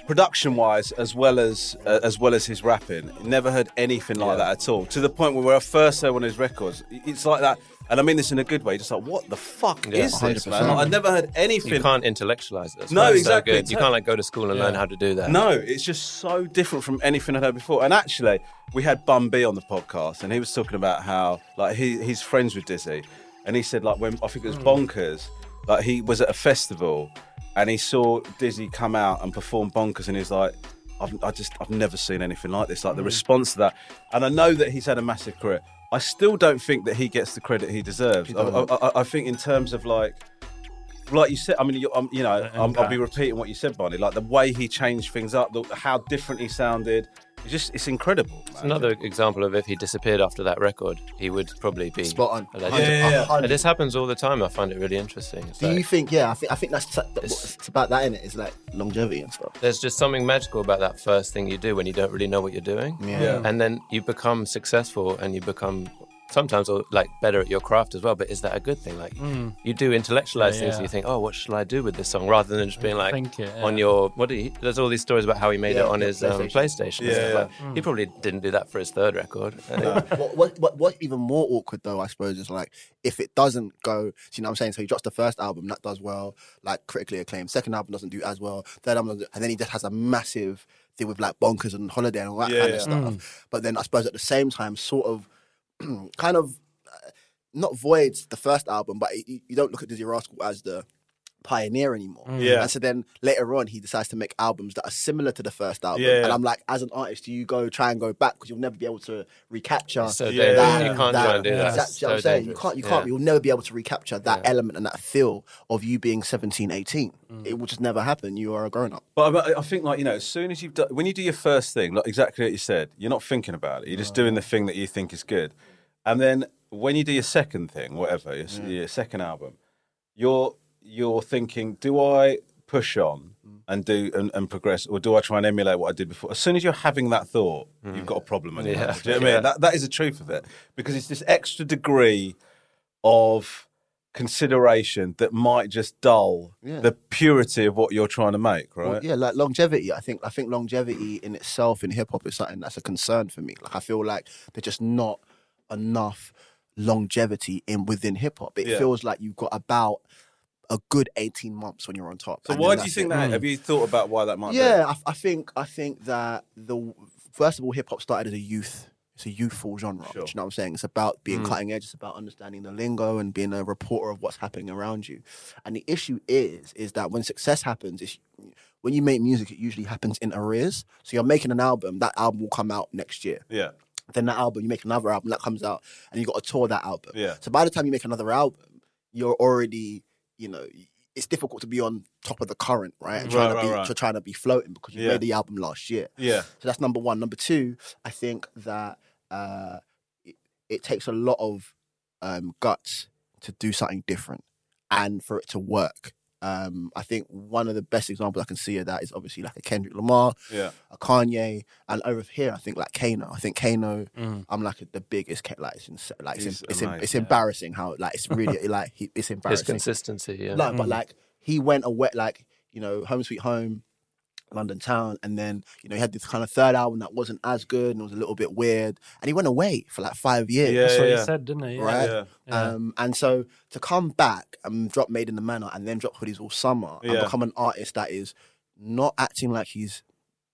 Speaker 2: production-wise, as well as uh, as well as his rapping, never heard anything like that at all. To the point where when I first heard one of his records, it's like that, and I mean this in a good way. Just like, what the fuck is this, man? Like, I never heard anything.
Speaker 6: You can't intellectualize this.
Speaker 2: No,
Speaker 6: That's so
Speaker 2: exactly.
Speaker 6: good. You can't like go to school and learn how to do that.
Speaker 2: No, it's just so different from anything I'd heard before. And actually, we had Bum B on the podcast, and he was talking about how like he, he's friends with Dizzy, and he said like when I think it was Bonkers, like he was at a festival, and he saw Dizzy come out and perform Bonkers, and he was like. I've, I just I've never seen anything like this. Like the response to that, and I know that he's had a massive career. I still don't think that he gets the credit he deserves. I, I, I- I think in terms of like like you said, I mean, you, um, you know, I'm, I'll be repeating what you said, Barney. Like the way he changed things up, the, how different he sounded. It's just, it's incredible. man.
Speaker 6: Another example of if he disappeared after that record, he would probably be
Speaker 4: Spot on.
Speaker 6: a legend.
Speaker 4: Hundred-
Speaker 2: Yeah, yeah, yeah.
Speaker 4: a hundred.
Speaker 6: And this happens all the time. I find it really interesting. It's
Speaker 4: Do
Speaker 6: like-
Speaker 4: you think? Yeah, I think I think that's t- that-
Speaker 6: It's-
Speaker 4: it's about that in it. It's like longevity and stuff.
Speaker 6: there's just something magical about that first thing you do when you don't really know what you're doing.
Speaker 4: Yeah.
Speaker 6: And then you become successful and you become sometimes or like better at your craft as well. But is that a good thing? Like
Speaker 3: Mm.
Speaker 6: you do intellectualize
Speaker 3: Yeah,
Speaker 6: things,
Speaker 3: yeah.
Speaker 6: and you think, oh, what shall I do with this song? Rather than just being like
Speaker 3: Think it, yeah.
Speaker 6: on your what? Did he, there's all these stories about how he made
Speaker 4: Yeah,
Speaker 6: it on
Speaker 4: yeah,
Speaker 6: his um,
Speaker 4: PlayStation.
Speaker 6: PlayStation. and
Speaker 4: Yeah,
Speaker 6: stuff
Speaker 4: yeah.
Speaker 6: like that. He probably didn't do that for his third record.
Speaker 4: what, what, what, what's even more awkward though, I suppose, is like if it doesn't go, you know what I'm saying? So he drops the first album, that does well, like critically acclaimed. Second album doesn't do as well. Third album, doesn't, and then he just has a massive thing with like bonkers and holiday and all that
Speaker 2: Yeah,
Speaker 4: kind
Speaker 2: yeah.
Speaker 4: of stuff. But then I suppose at the same time, sort of, kind of, uh, not voids the first album, but you, you don't look at Dizzy Rascal as the pioneer anymore.
Speaker 2: Mm. Yeah.
Speaker 4: And so then later on, he decides to make albums that are similar to the first album.
Speaker 2: Yeah.
Speaker 4: And I'm like, as an artist, do you go try and go back because you'll never be able to recapture that,
Speaker 6: So dangerous. You can't try and do that.
Speaker 4: Exactly
Speaker 6: It's
Speaker 4: what I'm
Speaker 6: so
Speaker 4: saying. You
Speaker 6: dangerous.
Speaker 4: can't. You can't.
Speaker 6: Yeah.
Speaker 4: You'll never be able to recapture that element and that feel of you being 17, 18.
Speaker 2: Mm.
Speaker 4: It will just never happen. You are a grown up.
Speaker 2: But I, I think, like you know, as soon as you've done, when you do your first thing, like exactly what you said, you're not thinking about it. You're just
Speaker 6: Mm.
Speaker 2: doing the thing that you think is good, and then when you do your second thing, whatever your, s your second album, you're you're thinking, do I push on
Speaker 6: Mm.
Speaker 2: and do and, and progress, or do I try and emulate what I did before? As soon as you're having that thought, you've got a problem. haven't you?
Speaker 6: Mm. Yeah.
Speaker 2: Do you know what I
Speaker 6: Yeah.
Speaker 2: mean? That that is the truth of it because it's this extra degree of consideration that might just dull
Speaker 4: Yeah.
Speaker 2: the purity of what you're trying to make, right?
Speaker 4: Well, yeah, like longevity. I think I think longevity in itself in hip hop is something that's a concern for me. Like I feel like there's just not enough longevity in within hip hop. It
Speaker 2: Yeah.
Speaker 4: feels like you've got about a good 18 months when you're on top.
Speaker 2: So
Speaker 4: and
Speaker 2: why
Speaker 4: then
Speaker 2: do you
Speaker 4: that's
Speaker 2: think
Speaker 4: it.
Speaker 2: that?
Speaker 3: Mm.
Speaker 2: Have you thought about why that might
Speaker 4: yeah, I, f- I think I think that the first of all, hip hop started as a youth. It's a youthful genre. Do you know what I'm saying? It's about being
Speaker 2: Mm.
Speaker 4: cutting edge. It's about understanding the lingo and being a reporter of what's happening around you. And the issue is, is that when success happens, it's, when you make music, it usually happens in arrears. So you're making an album. That album will come out next year
Speaker 2: be? Yeah.
Speaker 4: then that album, you make another album that comes out, and you got to tour that album.
Speaker 2: Yeah.
Speaker 4: So by the time you make another album, you're already, you know, it's difficult to be on top of the current, right? And trying
Speaker 2: Right,
Speaker 4: to
Speaker 2: right,
Speaker 4: be,
Speaker 2: right.
Speaker 4: To trying to be floating because you
Speaker 2: Yeah.
Speaker 4: made the album last year.
Speaker 2: Yeah.
Speaker 4: So that's number one. Number two, I think that uh, it, it takes a lot of um, guts to do something different and for it to work. Um, I think one of the best examples I can see of that is obviously like a Kendrick Lamar,
Speaker 2: Yeah.
Speaker 4: a Kanye, and over here I think like Kano. I think Kano, I'm like the biggest Ka- like it's ins- like it's,
Speaker 6: Mm. He's
Speaker 4: it's, em-
Speaker 6: amazing,
Speaker 4: it's
Speaker 6: yeah.
Speaker 4: embarrassing how like it's really like he, it's
Speaker 6: His
Speaker 4: embarrassing.
Speaker 6: consistency, yeah.
Speaker 4: No, but like he went away, like you know, home sweet home, London town, and then you know he had this kind of third album that wasn't as good and was a little bit weird, and he went away for like five years.
Speaker 3: Yeah, That's what he yeah. said, didn't he? Yeah.
Speaker 4: Right.
Speaker 3: Yeah.
Speaker 4: Um, and so to come back and drop Made in the Manor and then drop Hoodies all summer and
Speaker 2: Yeah.
Speaker 4: become an artist that is not acting like he's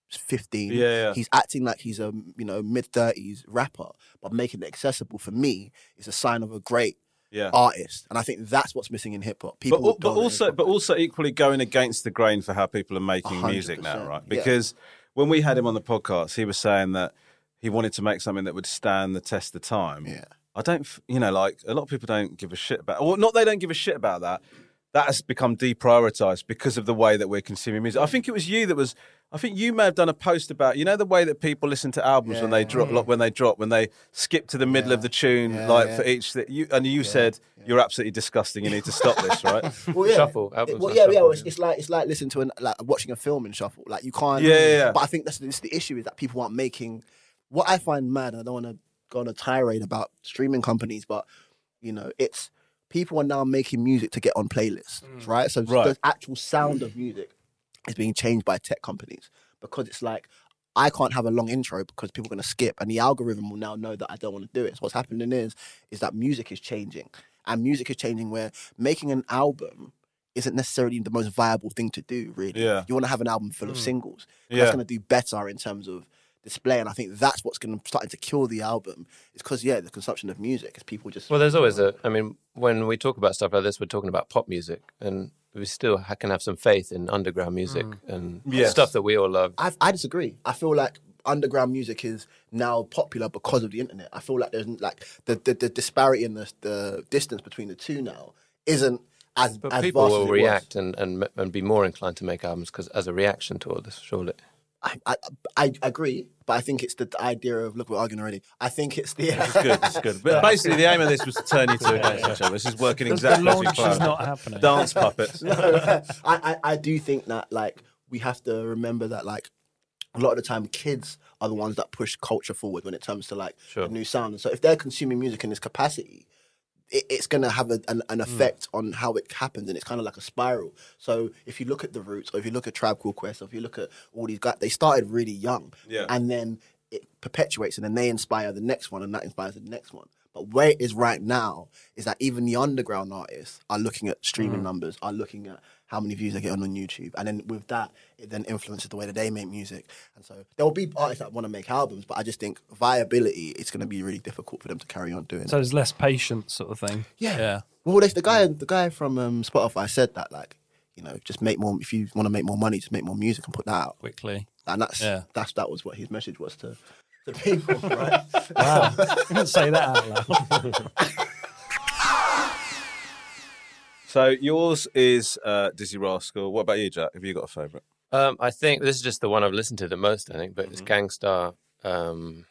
Speaker 4: 15.
Speaker 2: Yeah, yeah.
Speaker 4: He's acting like he's a you know mid 30s rapper, but making it accessible for me is a sign of a great
Speaker 2: Yeah.
Speaker 4: artist, and I think that's what's missing in hip hop. People,
Speaker 2: but, al- but
Speaker 4: don't know
Speaker 2: also, but also equally going against the grain for how people are making music now,
Speaker 4: 100%,
Speaker 2: right?
Speaker 4: yeah.
Speaker 2: Because when we had him on the podcast, he was saying that he wanted to make something that would stand the test of time. Yeah. I don't, f- you know, like a lot of people don't give a shit about. Well, not they don't give a shit about that. That has become deprioritized because of the way that we're consuming music. I think it was you that was. I think you may have done a post about you know the way that people listen to albums when they drop, like when they drop, when they skip to the middle of the tune, like for each that you. And you said you're absolutely disgusting. You need to stop this, right?
Speaker 4: Well, yeah.
Speaker 6: Shuffle,
Speaker 4: It-
Speaker 6: albums
Speaker 4: well,
Speaker 6: on
Speaker 4: yeah, yeah.
Speaker 6: shuffle,
Speaker 4: It's, it's like it's like listening to an, like watching a film in shuffle. Like you can't.
Speaker 2: Yeah, yeah, yeah.
Speaker 4: But I think that's, that's the issue is that people aren't making. What I find mad, and I don't want to go on a tirade about streaming companies, but you know, it's people are now making music to get on playlists,
Speaker 2: Mm.
Speaker 4: right? So
Speaker 2: Right.
Speaker 4: the actual sound of music is being changed by tech companies because it's like. I can't have a long intro because people are going to skip, and the algorithm will now know that I don't want to do it. So what's happening is, is that music is changing, and music is changing. Where making an album isn't necessarily the most viable thing to do, really.
Speaker 2: Yeah.
Speaker 4: You want to have an album full of
Speaker 6: Hmm.
Speaker 2: Mm.
Speaker 4: singles. 'cause
Speaker 2: Yeah.
Speaker 4: That's going to do better in terms of display. And I think that's what's going to starting to kill the album. It's because, yeah, the consumption of music is people just.
Speaker 6: Well, there's always a. I mean, when we talk about stuff like this, we're talking about pop music, and we still ha- can have some faith in underground music
Speaker 2: Hmm.
Speaker 6: and
Speaker 4: Yes.
Speaker 6: stuff that we all love.
Speaker 4: I, I disagree. I feel like underground music is now popular because of the internet. I feel like there's like the, the, the disparity in the, the distance between the two now isn't as,
Speaker 6: But
Speaker 4: as
Speaker 6: people
Speaker 4: vast
Speaker 6: will
Speaker 4: as it was.
Speaker 6: react and, and m- and be more inclined to make albums because as a reaction to all this, surely.
Speaker 4: I, I, I agree, but I think it's the idea of look, we're arguing already. I think it's the.
Speaker 2: It's good. It's good. But basically, the aim of this was to turn you two against each other. This is working exactly as we planned. Dance puppets.
Speaker 4: No, I, I, I do think that like we have to remember that like a lot of the time kids are the ones that push culture forward when it comes to like
Speaker 6: Sure.
Speaker 4: a new sound. And so if they're consuming music in this capacity, it, it's going to have a, an, an effect on how it happens, and it's kind of like a spiral. So if you look at the roots, or if you look at Tribe Called Quest, or if you look at all these guys, they started really young,
Speaker 2: Yeah.
Speaker 4: and then it perpetuates, and then they inspire the next one, and that inspires the next one. But where it is right now is that even the underground artists are looking at streaming
Speaker 9: Mm.
Speaker 4: numbers, are looking at how many views they get on, on YouTube, and then with that, it then influences the way that they make music. And so there will be artists that want to make albums, but I just think viability, it's going to be really difficult for them to carry on doing.
Speaker 3: So
Speaker 4: it.
Speaker 3: there's less patience, sort of thing.
Speaker 4: Yeah.
Speaker 3: Yeah.
Speaker 4: Well, there's the guy, the guy from um, Spotify said that, like, you know, just make more. If you want to make more money, just make more music and put that out
Speaker 3: quickly.
Speaker 4: And that's
Speaker 3: Yeah.
Speaker 4: that's that was what his message was to to people, right?
Speaker 3: Wow. I didn't say that out loud.
Speaker 2: So yours is uh, Dizzy Rascal. What about you, Jack? Have you got a favourite?
Speaker 6: Um, I think this is just the one I've listened to the most. I think, but it's Gangstar. Um,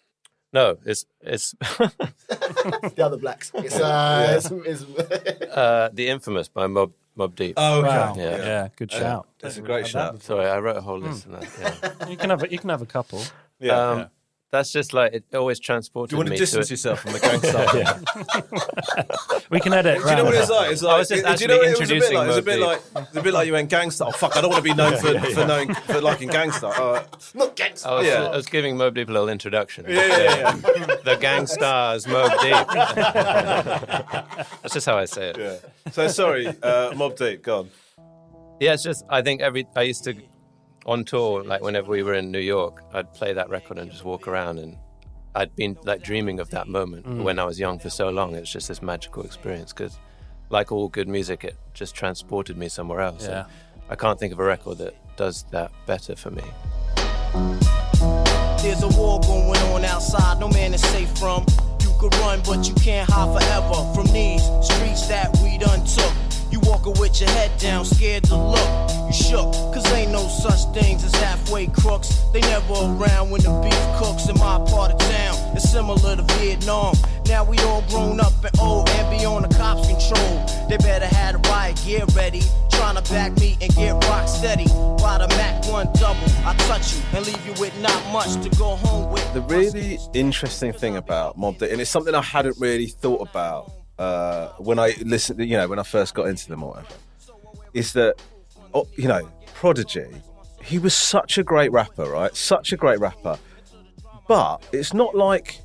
Speaker 6: no, it's it's
Speaker 4: the other blacks. It's, uh,
Speaker 6: Yeah.
Speaker 4: it's, it's
Speaker 6: uh, the infamous by Mob Mob Deep.
Speaker 3: Oh, okay. Wow. Yeah. Yeah, good
Speaker 6: Uh,
Speaker 3: shout. That's a great shout.
Speaker 6: Sorry, I wrote a whole list
Speaker 3: Hmm.
Speaker 6: of that. Yeah.
Speaker 3: you can have a, you can have a couple.
Speaker 6: Yeah, Um, That's just like it always transported.
Speaker 3: Do you wanna
Speaker 6: me
Speaker 3: distance
Speaker 6: to it.
Speaker 3: yourself from the
Speaker 6: gangster?
Speaker 3: We can edit
Speaker 2: Do you know
Speaker 3: round
Speaker 2: what it's
Speaker 3: that.
Speaker 2: like? It's
Speaker 3: I
Speaker 2: like
Speaker 3: was just
Speaker 2: do you know
Speaker 3: actually
Speaker 2: what it was a bit
Speaker 3: introducing
Speaker 2: like? It's a
Speaker 3: Mobb
Speaker 2: bit
Speaker 3: Deep.
Speaker 2: like it's a bit like you went gangster. Oh fuck! I don't want to be known
Speaker 6: Yeah,
Speaker 2: for,
Speaker 6: yeah, yeah.
Speaker 2: for knowing for liking gangster. All right.
Speaker 4: Not gangster.
Speaker 6: I was,
Speaker 2: Yeah.
Speaker 6: I was giving Mob Deep a little introduction.
Speaker 2: Yeah, yeah,
Speaker 6: the gangsters, Mob Deep. That's just how I say it.
Speaker 2: Yeah. So sorry, uh, Mob Deep, gone.
Speaker 6: Yeah, it's just I think every I used to on tour like whenever we were in New York, I'd play that record and just walk around and I'd been like dreaming of that moment
Speaker 9: Mm.
Speaker 6: when I was young for so long. It's just this magical experience because, like all good music, it just transported me somewhere else.
Speaker 3: Yeah.
Speaker 6: And I can't think of a record that does that better for me.
Speaker 10: There's a war going on outside, no man is safe from. You could run, but you can't hide forever from these streets that we done took. You walking with your head down, scared to look. You shook, cause ain't no such things as halfway crooks. They never around when the beef cooks in my part of town. It's similar to Vietnam. Now we all grown up and old and be on the cops' control. They better have the riot gear ready. Tryna back me and get rock steady. By the Mac 1 double, I touch you and leave you with not much to go home with.
Speaker 2: The really interesting thing about Mob Deep, and it's something I hadn't really thought about uh, when I listened, you know, when I first got into them or whatever, is that, oh, you know, Prodigy, he was such a great rapper, right? Such a great rapper. But it's not like,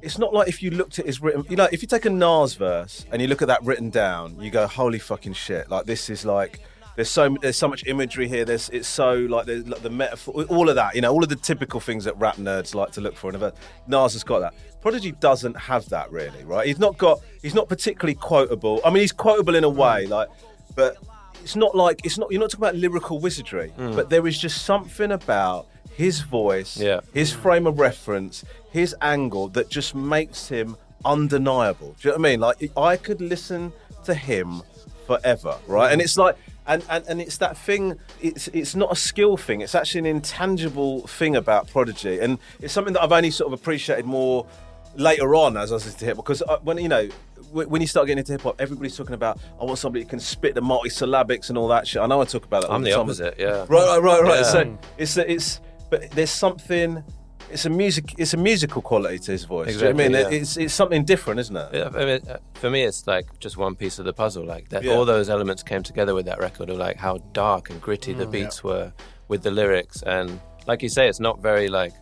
Speaker 2: it's not like if you looked at his written, you know, if you take a Nas verse and you look at that written down, you go, holy fucking shit, like this is like, there's so there's so much imagery here. There's it's so like there's like the metaphor, all of that. You know, all of the typical things that rap nerds like to look for in a verse. Nas has got that. Prodigy doesn't have that really, right? He's not got. He's not particularly quotable. I mean, he's quotable in a way, like, but it's not like it's not. You're not talking about lyrical wizardry,
Speaker 6: Mm.
Speaker 2: but there is just something about his voice,
Speaker 6: Yeah.
Speaker 2: his frame of reference, his angle that just makes him undeniable. Do you know what I mean? Like I could listen to him forever, right? And
Speaker 6: Mm.
Speaker 2: it's like and, and, and it's that thing it's it's not a skill thing it's actually an intangible thing about prodigy and it's something that i've only sort of appreciated more later on as i was into hip hop because uh, when you know wh- when you start getting into hip hop everybody's talking about i want somebody who can spit the multisyllabics and all that shit i know i talk about that all
Speaker 6: I'm the
Speaker 2: time.
Speaker 6: opposite, yeah.
Speaker 2: right right right right
Speaker 6: Yeah.
Speaker 2: so it's it's but there's something it's a music it's a musical quality to his voice do you know what i mean
Speaker 6: Exactly, yeah.
Speaker 2: it's it's something different isn't it
Speaker 6: Yeah, I mean, uh, for me, it's like just one piece of the puzzle. Like that,
Speaker 2: Yeah.
Speaker 6: all those elements came together with that record of like how dark and gritty the
Speaker 2: Mm.
Speaker 6: beats were with the lyrics, and like you say, it's not very like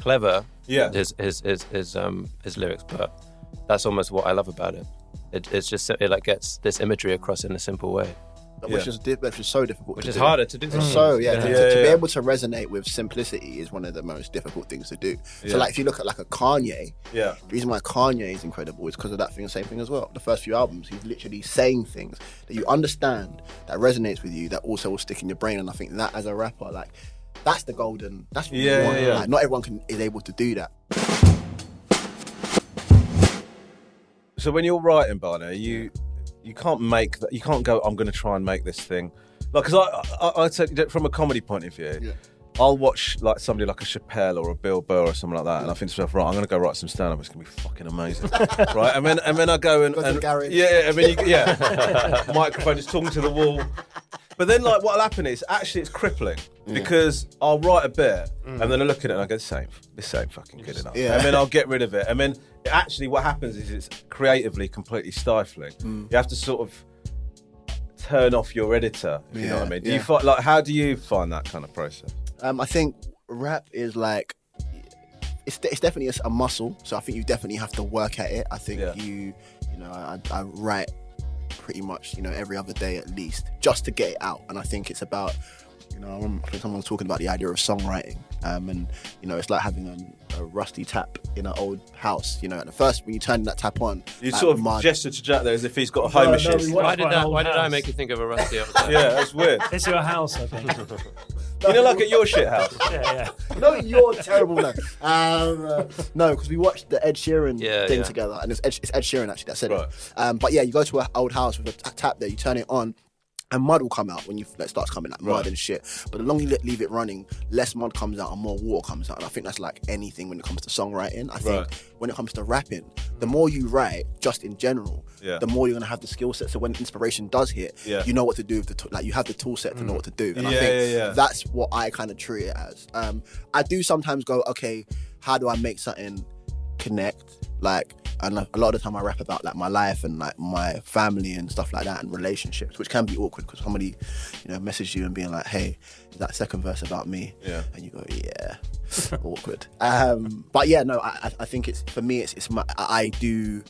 Speaker 6: clever.
Speaker 2: Yeah.
Speaker 6: his his his his, um, his lyrics, but that's almost what I love about it. it it's just it like gets this imagery across in a simple way.
Speaker 4: which is di- which is so difficult.
Speaker 6: Which
Speaker 4: to
Speaker 6: is
Speaker 4: do.
Speaker 6: harder to do
Speaker 4: It's
Speaker 6: sometimes.
Speaker 4: so yeah,
Speaker 2: Mm.
Speaker 6: Yeah.
Speaker 4: To,
Speaker 6: Yeah,
Speaker 4: to be
Speaker 6: yeah.
Speaker 4: able to resonate with simplicity is one of the most difficult things to do.
Speaker 2: Yeah.
Speaker 4: So like if you look at like a Kanye,
Speaker 2: Yeah.
Speaker 4: the reason why Kanye is incredible is because of that thing, same thing as well. The first few albums, he's literally saying things that you understand that resonates with you that also will stick in your brain, and I think that as a rapper, like that's the golden. That's what
Speaker 2: Yeah,
Speaker 4: you want.
Speaker 2: yeah, yeah.
Speaker 4: Like, not everyone can is able to do that.
Speaker 2: So when you're writing, Barney, you you can't make that. You can't go. I'm going to try and make this thing. Like, because I, I, I take it from a comedy point of view. I'll watch like somebody like a Chappelle or a Bill Burr or something like that, and I think to myself, right, I'm going to go write some stand-up. It's going to be fucking amazing, right? And then and then I go and,
Speaker 4: Go to the
Speaker 2: and
Speaker 4: garage.
Speaker 2: yeah, yeah, I mean, you, yeah, microphone is talking to the wall. But then, like, what'll happen is actually it's crippling because I'll write a bit
Speaker 9: Mm.
Speaker 2: and then I look at it and I go, "This ain't, this ain't fucking good enough."
Speaker 9: Yeah.
Speaker 2: And then I'll get rid of it. And then actually, what happens is it's creatively completely stifling.
Speaker 9: Mm.
Speaker 2: You have to sort of turn off your editor. If You know what I
Speaker 4: Yeah,
Speaker 2: mean? Do
Speaker 4: yeah.
Speaker 2: you find like how do you find that kind of process?
Speaker 4: Um, I think rap is like it's, de- it's definitely a, s- a muscle. So I think you definitely have to work at it. I think you, you know, I, I write pretty much, you know, every other day at least, just to get it out. And I think it's about, you know, I remember- I think someone was talking about the idea of songwriting, um, and you know, it's like having a, a rusty tap in an old house. You know, at the first when you turn that tap on,
Speaker 2: You
Speaker 4: like,
Speaker 2: sort of
Speaker 4: mud.
Speaker 2: gesture to Jack there as if he's got a home machine.
Speaker 6: why did that? Why did I make you think of a rusty old house?
Speaker 2: Yeah, that's weird.
Speaker 11: It's your house, I think.
Speaker 2: you know, like at your shit house.
Speaker 11: yeah,
Speaker 4: yeah. No, you're terrible. No, um, uh, no, because we watched the Ed Sheeran
Speaker 2: Yeah,
Speaker 4: thing
Speaker 2: yeah.
Speaker 4: together, and it's Ed, it's Ed Sheeran actually that said it. Um, but yeah, you go to an old house with a t- tap there, you turn it on. And mud will come out when you that starts coming out, mud
Speaker 9: Right.
Speaker 4: and shit. But the longer you let- leave it running, less mud comes out and more water comes out. And I think that's like anything when it comes to songwriting. I think
Speaker 9: Right.
Speaker 4: when it comes to rapping, the more you write, just in general,
Speaker 9: Yeah.
Speaker 4: the more you're gonna have the skill set. So when inspiration does hit,
Speaker 9: Yeah. Mm.
Speaker 4: you know what to do with the t- like you have the tool set to know what to do. And I
Speaker 9: Yeah,
Speaker 4: think
Speaker 9: yeah, yeah.
Speaker 4: that's what I kind of treat it as. Um, I do sometimes go, okay, how do I make something connect? Like, and a lot of the time I rap about like my life and like my family and stuff like that and relationships, which can be awkward because somebody, you know, message you and being like, hey, is that second verse about me?
Speaker 2: Yeah.
Speaker 4: And you go, yeah, awkward. Um, but yeah, no, I, I- I think it's for me, it's, it's my, I I do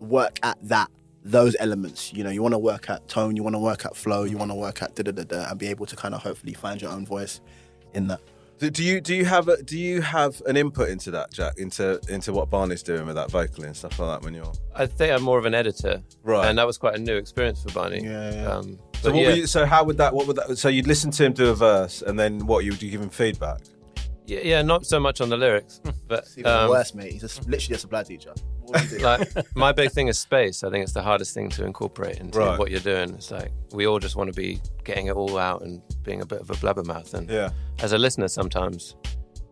Speaker 4: work at that those elements you know you want to work at tone you want to work at flow you want to work at da da da da and be able to kind of hopefully find your own voice in that
Speaker 2: Do, do you do you have a, do you have an input into that, Jack? Into into what Barney's doing with that vocally and stuff like that when you're
Speaker 6: I think I'm more of an editor,
Speaker 2: Right.
Speaker 6: And that was quite a new experience for Barney.
Speaker 4: Yeah.
Speaker 6: Um,
Speaker 2: So
Speaker 6: but
Speaker 2: what
Speaker 6: yeah,
Speaker 2: were you, so how would that what would that so you'd listen to him do a verse and then what you would you give him feedback?
Speaker 6: yeah, yeah, not so much on the lyrics, but um,
Speaker 4: it's even worse mate he's just literally a supply teacher Um, What do you do?
Speaker 6: like my big thing is space. I think it's the hardest thing to incorporate into
Speaker 2: Right.
Speaker 6: what you're doing. It's like we all just want to be getting it all out and being a bit of a blabbermouth. And
Speaker 2: Yeah.
Speaker 6: as a listener, sometimes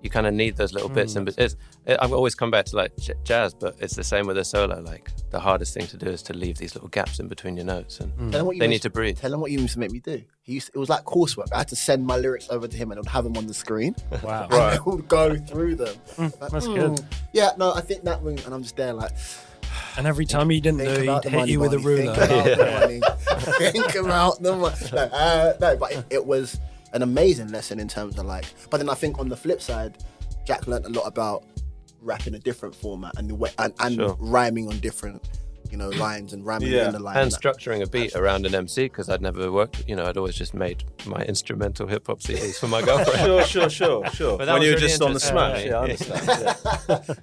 Speaker 6: you kind of need those little bits.
Speaker 2: Mm.
Speaker 11: Hmm.
Speaker 6: And but it's, it, I've always come back to like j- jazz, but it's the same with a solo. Like the hardest thing to do is to leave these little gaps in between your notes, and
Speaker 11: Hmm.
Speaker 4: Tell him what you
Speaker 6: they
Speaker 4: used-
Speaker 6: need to breathe.
Speaker 4: Tell him what you used to make me do. He used it was like coursework. I had to send my lyrics over to him and I'd have them on the screen.
Speaker 6: Wow.
Speaker 4: And
Speaker 6: Right.
Speaker 4: I would go through them. Like,
Speaker 11: Hmm. that's
Speaker 4: "Mm,
Speaker 11: good.
Speaker 4: Yeah, no, I think that wing, and I'm just there like.
Speaker 11: And every time you didn't do,
Speaker 4: about the
Speaker 11: he'd hit
Speaker 4: money,
Speaker 11: you with a
Speaker 4: Barney,
Speaker 11: ruler.
Speaker 4: Think about the money. think about the money. No, uh, no, but it, it was an amazing lesson in terms of like. But then I think on the flip side, Jack learned a lot about rap in a different format and the way and, and
Speaker 6: Sure.
Speaker 4: rhyming on different, you know, lines and rhyming in the line.
Speaker 6: and structuring a beat around an MC because I'd never worked. You know, I'd always just made my instrumental hip hop CDs for my girlfriend.
Speaker 2: Sure, sure, sure, sure.
Speaker 6: But that
Speaker 2: When
Speaker 6: was
Speaker 2: you were
Speaker 6: really
Speaker 2: just on the
Speaker 6: interesting.
Speaker 2: smash, yeah, I understand.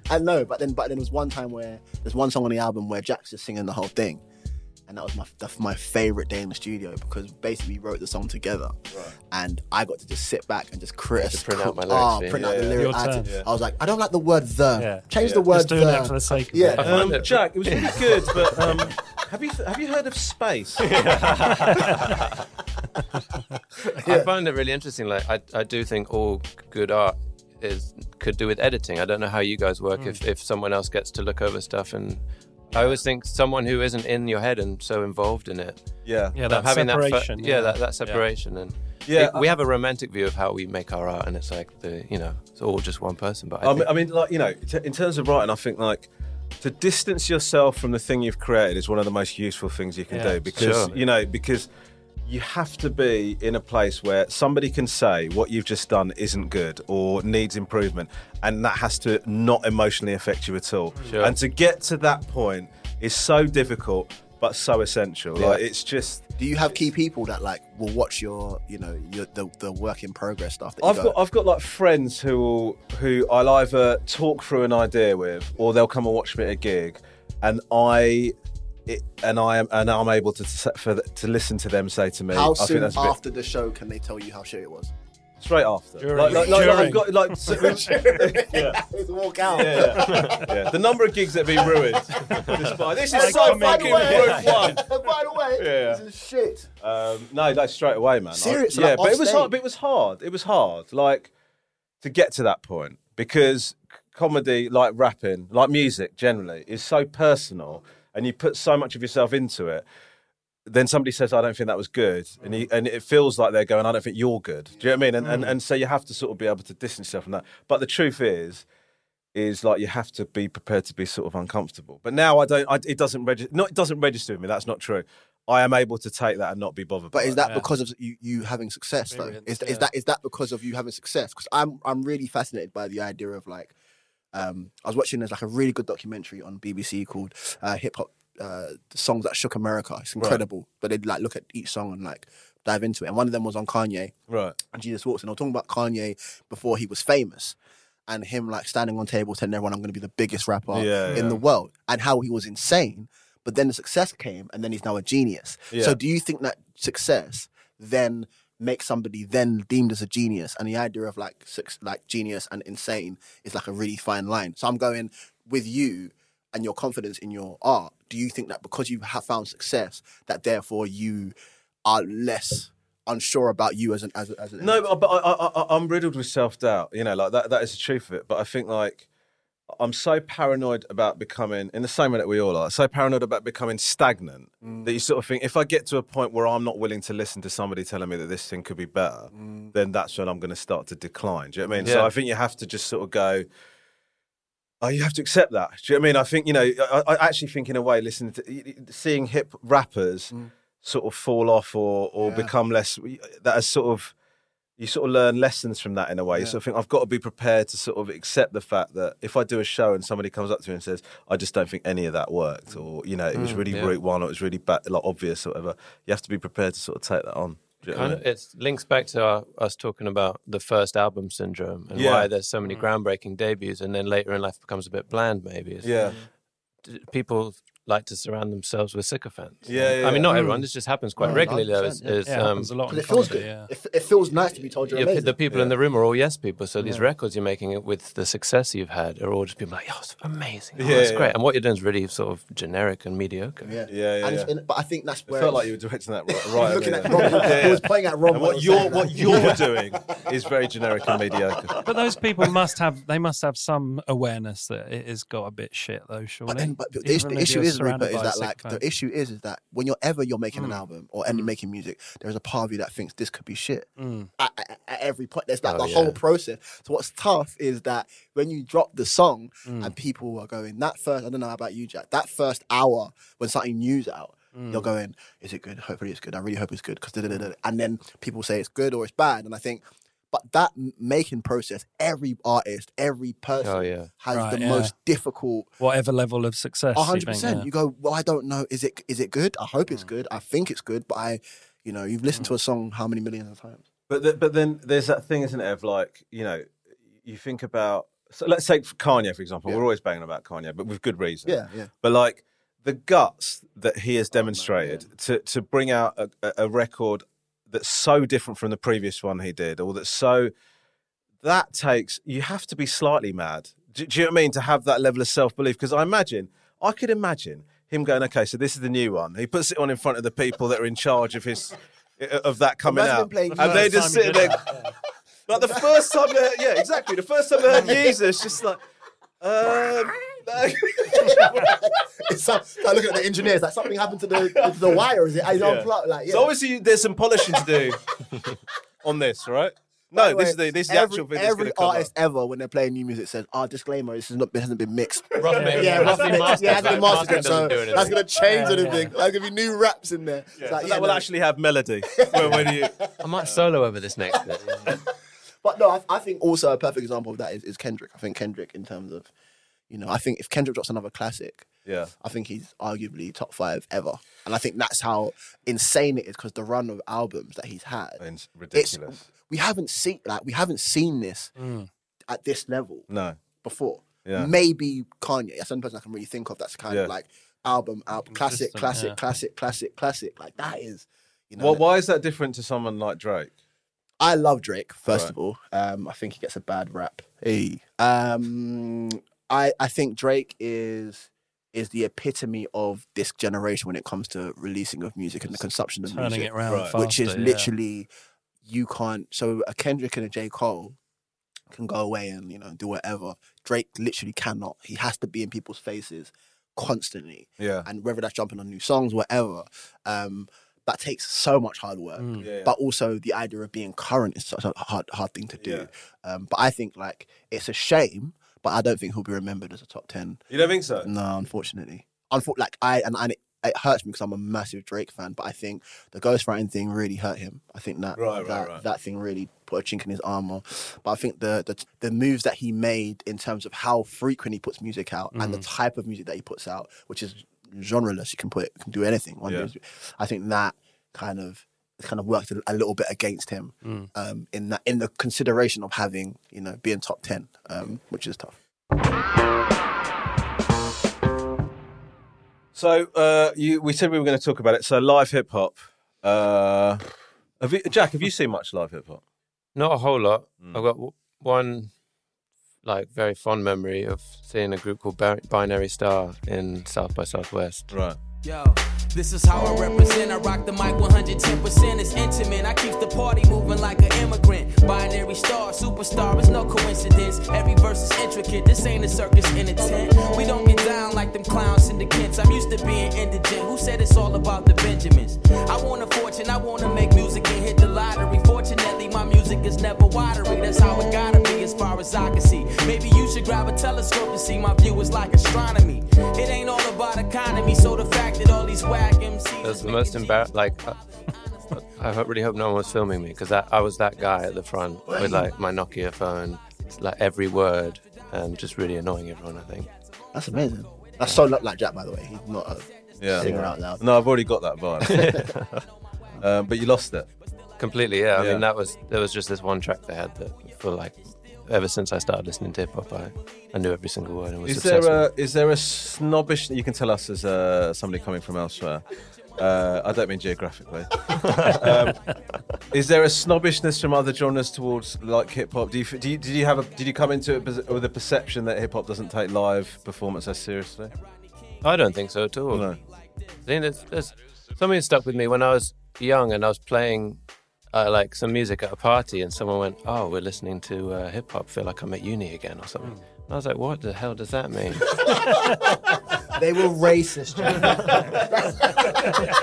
Speaker 4: I know, but then but then there was one time where there's one song on the album where Jack's just singing the whole thing, and that was my that's my favorite day in the studio because basically we wrote the song together, and I got to just sit back and just
Speaker 6: You had
Speaker 4: criticize,
Speaker 6: to print out my lyrics,
Speaker 4: oh,
Speaker 6: yeah.
Speaker 4: print out the
Speaker 6: Yeah.
Speaker 4: lyric.
Speaker 6: Your
Speaker 4: I, had to-
Speaker 6: turn.
Speaker 4: I was like, I don't like the word the. Change
Speaker 6: Yeah.
Speaker 4: the word
Speaker 6: Just doing
Speaker 4: the.
Speaker 6: that for the sake of
Speaker 4: yeah.
Speaker 6: it. I find
Speaker 2: Um, Jack, it was really good, but um, have you have you heard of space?
Speaker 6: I find it really interesting. Like, I, I do think all good art is could do with editing. I don't know how you guys work
Speaker 2: Hmm.
Speaker 9: Mm.
Speaker 6: if, if someone else gets to look over stuff. And I always think someone who isn't in your head and so involved in it.
Speaker 2: Yeah. Yeah,
Speaker 6: But
Speaker 2: that
Speaker 6: having that fir-
Speaker 2: separation,
Speaker 6: yeah,
Speaker 2: yeah.
Speaker 6: that,
Speaker 2: Yeah.
Speaker 6: that separation. And
Speaker 2: Yeah,
Speaker 6: it- we have a romantic view of how we make our art, and it's like the you know it's all just one person. But I,
Speaker 2: I,
Speaker 6: think,
Speaker 2: mean, I mean, like you know, t- in terms of writing, I think like to distance yourself from the thing you've created is one of the most useful things you can
Speaker 9: Yeah.
Speaker 2: do because
Speaker 9: Sure.
Speaker 2: you know because you have to be in a place where somebody can say what you've just done isn't good or needs improvement, and that has to not emotionally affect you at all.
Speaker 9: Sure.
Speaker 2: And to get to that point is so difficult but so essential.
Speaker 4: Yeah.
Speaker 2: Like it's just.
Speaker 4: Do you have key people that like will watch your, you know, your the, the work in progress stuff? That you
Speaker 2: I've
Speaker 4: go,
Speaker 2: got I've got like friends who will, who I'll either talk through an idea with, or they'll come and watch me at a gig, and I. It, and I am, and I'm able to s- for, th- to listen to them say to me.
Speaker 4: How
Speaker 2: I think
Speaker 4: soon
Speaker 2: that's a bit
Speaker 4: after the show can they tell you how shit it was?
Speaker 2: straight after.
Speaker 4: During.
Speaker 2: Like, like, like, like,
Speaker 4: During.
Speaker 2: I've got like so- yeah.
Speaker 4: Just walk out.
Speaker 2: Yeah, yeah. Yeah. The number of gigs that have been ruined. Just by, this is
Speaker 4: Like,
Speaker 2: so
Speaker 4: come in.
Speaker 2: fucking worthwhile.
Speaker 4: By the way,
Speaker 2: Yeah.
Speaker 4: this is shit.
Speaker 2: Um, no, like straight away, man. I-
Speaker 4: Serious,
Speaker 2: yeah,
Speaker 4: like,
Speaker 2: but it was
Speaker 4: offstage?
Speaker 2: hard. But it was hard. It was hard. Like to get to that point because c- comedy, like rapping, like music generally, is so personal, and you put so much of yourself into it. then somebody says, "I don't think that was good," and he, and it feels like they're going, "I don't think you're good." Do you know what I mean? And and,
Speaker 9: Mm.
Speaker 2: and so you have to sort of be able to distance yourself from that. But the truth is, is like you have to be prepared to be sort of uncomfortable. But now I don't. I, it doesn't register. No, it doesn't register with me. That's not true. I am able to take that and not be bothered.
Speaker 4: But
Speaker 2: by
Speaker 4: is
Speaker 2: it.
Speaker 4: that because of you, you having success though? Is, is that is that because of you having success? Because I'm I'm really fascinated by the idea of like, um, I was watching there's like a really good documentary on BBC called uh, Hip Hop uh, Songs That Shook America. It's
Speaker 2: Right.
Speaker 4: incredible, but they like look at each song and like dive into it. And one of them was on Kanye
Speaker 2: right?
Speaker 4: and Jesus walks in. I'm talking about Kanye before he was famous and him like standing on tables telling everyone I'm going to be the biggest rapper
Speaker 2: Yeah,
Speaker 4: in
Speaker 2: yeah.
Speaker 4: the world and how he was insane. But then the success came and then he's now a genius.
Speaker 2: Yeah.
Speaker 4: So do you think that success then makes somebody then deemed as a genius? And the idea of like suc- like genius and insane is like a really fine line. So I'm going with you and your confidence in your art. Do you think that because you have found success that therefore you are less unsure about you as an as, a- as an
Speaker 2: No, but, but I, I, I, I'm riddled with self doubt. You know, like that, that is the truth of it. But I think like I'm so paranoid about becoming, in the same way that we all are, so paranoid about becoming stagnant that you sort of think if I get to a point where I'm not willing to listen to somebody telling me that this thing could be better, then that's when I'm going to start to decline. Do you know what I mean? So
Speaker 9: Yeah.
Speaker 2: I think you have to just sort of go. Oh, you have to accept that. Do you know what I mean? I think you know. I, I actually think, in a way, listening to seeing hip rappers
Speaker 4: Mm.
Speaker 2: sort of fall off or or become less. That has sort of you sort of learn lessons from that in a way. You sort of think I've got to be prepared to sort of accept the fact that if I do a show and somebody comes up to me and says, "I just don't think any of that worked," or you know, it was
Speaker 6: Mm,
Speaker 2: really
Speaker 6: yeah.
Speaker 2: route one, or it was really ba- like obvious, or whatever. You have to be prepared to sort of take that on. Do you know what I
Speaker 6: Kind
Speaker 2: mean?
Speaker 6: of, it links back to our, us talking about the first album syndrome and
Speaker 2: Yeah.
Speaker 6: why there's so
Speaker 2: Mm.
Speaker 6: many groundbreaking debuts, and then later in life becomes a bit bland, maybe. is
Speaker 2: Yeah.
Speaker 6: d- People like to surround themselves with sycophants.
Speaker 2: Yeah, yeah,
Speaker 6: I mean, not
Speaker 2: yeah.
Speaker 6: everyone.
Speaker 2: Mm.
Speaker 6: This just happens quite
Speaker 2: No,
Speaker 6: regularly, though. Is,
Speaker 2: 100%,
Speaker 6: is,
Speaker 2: yeah. Yeah, happens a lot in
Speaker 4: But it feels
Speaker 6: comedy,
Speaker 4: good.
Speaker 6: yeah.
Speaker 4: It, it feels nice to be told you're
Speaker 6: your pe-
Speaker 4: amazing.
Speaker 6: the people in the room are all yes people. So these
Speaker 4: Yeah.
Speaker 6: records you're making with the success you've had are all just people like, oh, it's amazing. Oh,
Speaker 2: Yeah,
Speaker 6: it's
Speaker 2: yeah.
Speaker 6: great. And what you're doing is really sort of generic and mediocre.
Speaker 4: Yeah,
Speaker 2: yeah, yeah,
Speaker 4: And it's-
Speaker 2: yeah.
Speaker 4: and- but I think that's
Speaker 2: It
Speaker 4: where
Speaker 2: felt like you were directing that right. right
Speaker 4: looking
Speaker 2: over
Speaker 4: at
Speaker 2: there.
Speaker 4: Rob. He was playing at Rob.
Speaker 2: And
Speaker 4: while
Speaker 2: what
Speaker 4: he was
Speaker 2: you're what
Speaker 4: saying
Speaker 2: you're
Speaker 4: that.
Speaker 2: doing is very generic and mediocre.
Speaker 3: But those people must have they must have some awareness that it has got a bit shit though, surely.
Speaker 4: But, then, but the,
Speaker 3: Even
Speaker 4: issue, the
Speaker 3: if
Speaker 4: issue
Speaker 3: you're
Speaker 4: is, Rupert,
Speaker 3: surrounded
Speaker 4: is
Speaker 3: by
Speaker 4: that like the
Speaker 3: sycophants.
Speaker 4: issue is is that when you're ever you're making an
Speaker 3: Mm.
Speaker 4: album or any making music, there's a part of you that thinks this could be shit.
Speaker 3: Mm.
Speaker 4: At, at- at every point, there's like
Speaker 3: Oh,
Speaker 4: the
Speaker 3: yeah.
Speaker 4: whole process. So what's tough is that when you drop the song
Speaker 3: Mm.
Speaker 4: and people are going that first. I don't know about you, Jack. That first hour when something new's out. You're
Speaker 3: Mm.
Speaker 4: going, is it good? Hopefully it's good. I really hope it's good. Cause da- da- da- da." and then people say it's good or it's bad. And I think, but that m- making process, every artist, every person
Speaker 6: yeah.
Speaker 4: has
Speaker 3: Right,
Speaker 4: the
Speaker 3: yeah.
Speaker 4: most difficult
Speaker 3: whatever level of success. you
Speaker 4: hundred
Speaker 3: think,
Speaker 4: percent.
Speaker 3: yeah.
Speaker 4: You go, well, I don't know. Is it is it good? I hope it's good. I think it's good, but I, you know, you've listened to a song how many millions of times?
Speaker 2: But the, but then there's that thing, isn't it? Of like you know, you think about. So let's take Kanye for example. We're always banging about Kanye, but with good reason.
Speaker 4: Yeah, yeah.
Speaker 2: But like the guts that he has demonstrated to to bring out a, a- a record that's so different from the previous one he did, or that's so that takes you have to be slightly mad. Do, do you know what I mean? To have that level of self belief, because I imagine I could imagine him going, okay, so this is the new one. He puts it on in front of the people that are in charge of his uh, of that coming
Speaker 9: Imagine him
Speaker 2: out,
Speaker 9: playing
Speaker 2: and they
Speaker 9: first
Speaker 2: just
Speaker 9: time he
Speaker 2: sitting
Speaker 9: did
Speaker 2: there. Like the first time they heard, yeah, exactly. The first time they heard Jesus, just like, um,
Speaker 4: it's some, like looking at the engineers, like something happened to the to the wire. Is it? Is it
Speaker 2: Yeah.
Speaker 4: unplugged? Like, yeah.
Speaker 2: So obviously there's some polishing to do on this, right? No,
Speaker 4: Anyway,
Speaker 2: this is the this is the
Speaker 4: every,
Speaker 2: actual thing.
Speaker 4: Every
Speaker 2: that's gonna come
Speaker 4: artist ever, when they're playing new music, says, "Ah, disclaimer, this is not this hasn't been mixed."
Speaker 6: Rough
Speaker 4: yeah,
Speaker 6: mix.
Speaker 4: yeah, rough
Speaker 6: Hasn't been
Speaker 4: mix. Yeah,
Speaker 6: mastered,
Speaker 4: hasn't been
Speaker 6: so
Speaker 4: mastered.
Speaker 6: mastering
Speaker 4: So
Speaker 6: doesn't do anything.
Speaker 4: that's gonna change
Speaker 6: Yeah,
Speaker 4: anything.
Speaker 6: yeah.
Speaker 4: There's gonna be new raps in there. It's
Speaker 2: up.
Speaker 4: like,
Speaker 2: So
Speaker 4: yeah,
Speaker 2: that will
Speaker 4: no.
Speaker 2: actually have melody. when, when you,
Speaker 6: I might solo over this next bit.
Speaker 4: But no, I, I think also a perfect example of that is, is Kendrick. I think Kendrick, in terms of, you know, I think if Kendrick drops another classic,
Speaker 2: yeah.
Speaker 4: I think he's arguably top five ever. And I think that's how insane it is because the run of albums that he's had,
Speaker 2: it's
Speaker 4: ridiculous. we haven't seen like we haven't seen this
Speaker 2: Mm.
Speaker 4: at this level
Speaker 2: No.
Speaker 4: before.
Speaker 2: Yeah.
Speaker 4: Maybe Kanye. That's the only person I can really think of that's kind
Speaker 2: Yeah.
Speaker 4: of like album out, classic,
Speaker 2: Consistent,
Speaker 4: classic,
Speaker 2: yeah.
Speaker 4: classic, classic, classic. Like that is, you know.
Speaker 2: Well, why is that different to someone like Drake?
Speaker 4: I love Drake. First of all, um, I think he gets a bad rap. Hey. Um, I I think Drake is is the epitome of this generation when it comes to releasing of music and the consumption of
Speaker 3: turning
Speaker 4: music,
Speaker 3: it round Right.
Speaker 4: which is
Speaker 3: faster, yeah.
Speaker 4: literally you can't. So a Kendrick and a J Cole can go away and you know do whatever. Drake literally cannot. He has to be in people's faces constantly.
Speaker 2: Yeah.
Speaker 4: And whether that's jumping on new songs, whatever, um, that takes so much hard work.
Speaker 2: Mm. Yeah, yeah.
Speaker 4: But also the idea of being current is such a hard, hard thing to do. Um, but I think like it's a shame, but I don't think he'll be remembered as a top ten.
Speaker 2: You don't think so?
Speaker 4: No, unfortunately. Unfor- like I and, and it, it hurts me because I'm a massive Drake fan, but I think the ghostwriting thing really hurt him. I think that
Speaker 2: Right, right,
Speaker 4: that,
Speaker 2: right.
Speaker 4: that thing really put a chink in his armor. But I think the the, the moves that he made in terms of how frequent he puts music out and
Speaker 2: Mm-hmm.
Speaker 4: the
Speaker 9: Mhm.
Speaker 4: type of music that he puts out, which is genreless, you can put you can do anything. One
Speaker 9: Yeah.
Speaker 4: goes- I think that kind of kind of worked a, a little bit against him
Speaker 9: Mm.
Speaker 4: um, in that in the consideration of having you know being top ten, um, which is tough.
Speaker 2: So uh, you, we said we were going to talk about it. So live hip hop. Uh, have you, Jack, have you seen much live hip hop?
Speaker 6: Not a whole lot.
Speaker 4: Mm.
Speaker 6: I've got w- one like very fond memory of seeing a group called Bar- Binary Star in South by Southwest.
Speaker 2: Right.
Speaker 12: Yo, this is how I represent. I rock the mic 110%. It's intimate. I keep the party moving like an immigrant. Binary star, superstar. It's no coincidence. Every verse is intricate. This ain't a circus in a tent. We don't get down like them clowns syndicates. I'm used to being indigent. Who said it's all about the Benjamins? I want a fortune. I want to make music and hit the lottery. Fortunately, my music is never watery. That's how it gotta be as far as I can see. Maybe you should grab a telescope and see my view is like astronomy. It ain't all about economy, so the fact that all these whack MCs.
Speaker 6: That's the most embarrassing. Like, uh, I, I ho- really hope no one was filming me because I, I was that guy at the front with like my Nokia phone, it's like every word, and just really annoying everyone. I think.
Speaker 4: That's amazing. That's so not like Jack, by the way. He's not a
Speaker 6: Yeah.
Speaker 4: singer out loud.
Speaker 2: No, I've already got that vibe. um, but you lost it
Speaker 6: completely. Yeah, I
Speaker 2: Yeah.
Speaker 6: mean that was there was just this one track they had that for like ever since I started listening to hip hop, I, I knew every single word and was
Speaker 2: Is
Speaker 6: obsessed.
Speaker 2: there a is there a snobbish? You can tell us as uh, somebody coming from elsewhere. Uh, I don't mean geographically. um, is there a snobbishness from other genres towards like hip hop? Do you, f- do you did you have a did you come into it pers- with a perception that hip hop doesn't take live performance as seriously?
Speaker 6: I don't think so at all.
Speaker 2: No.
Speaker 6: I think there's, there's something that stuck with me when I was young and I was playing uh, like some music at a party and someone went, "Oh, we're listening to uh, hip hop. Feel like I'm at uni again or something." And I was like, "What the hell does that mean?"
Speaker 9: They were racist.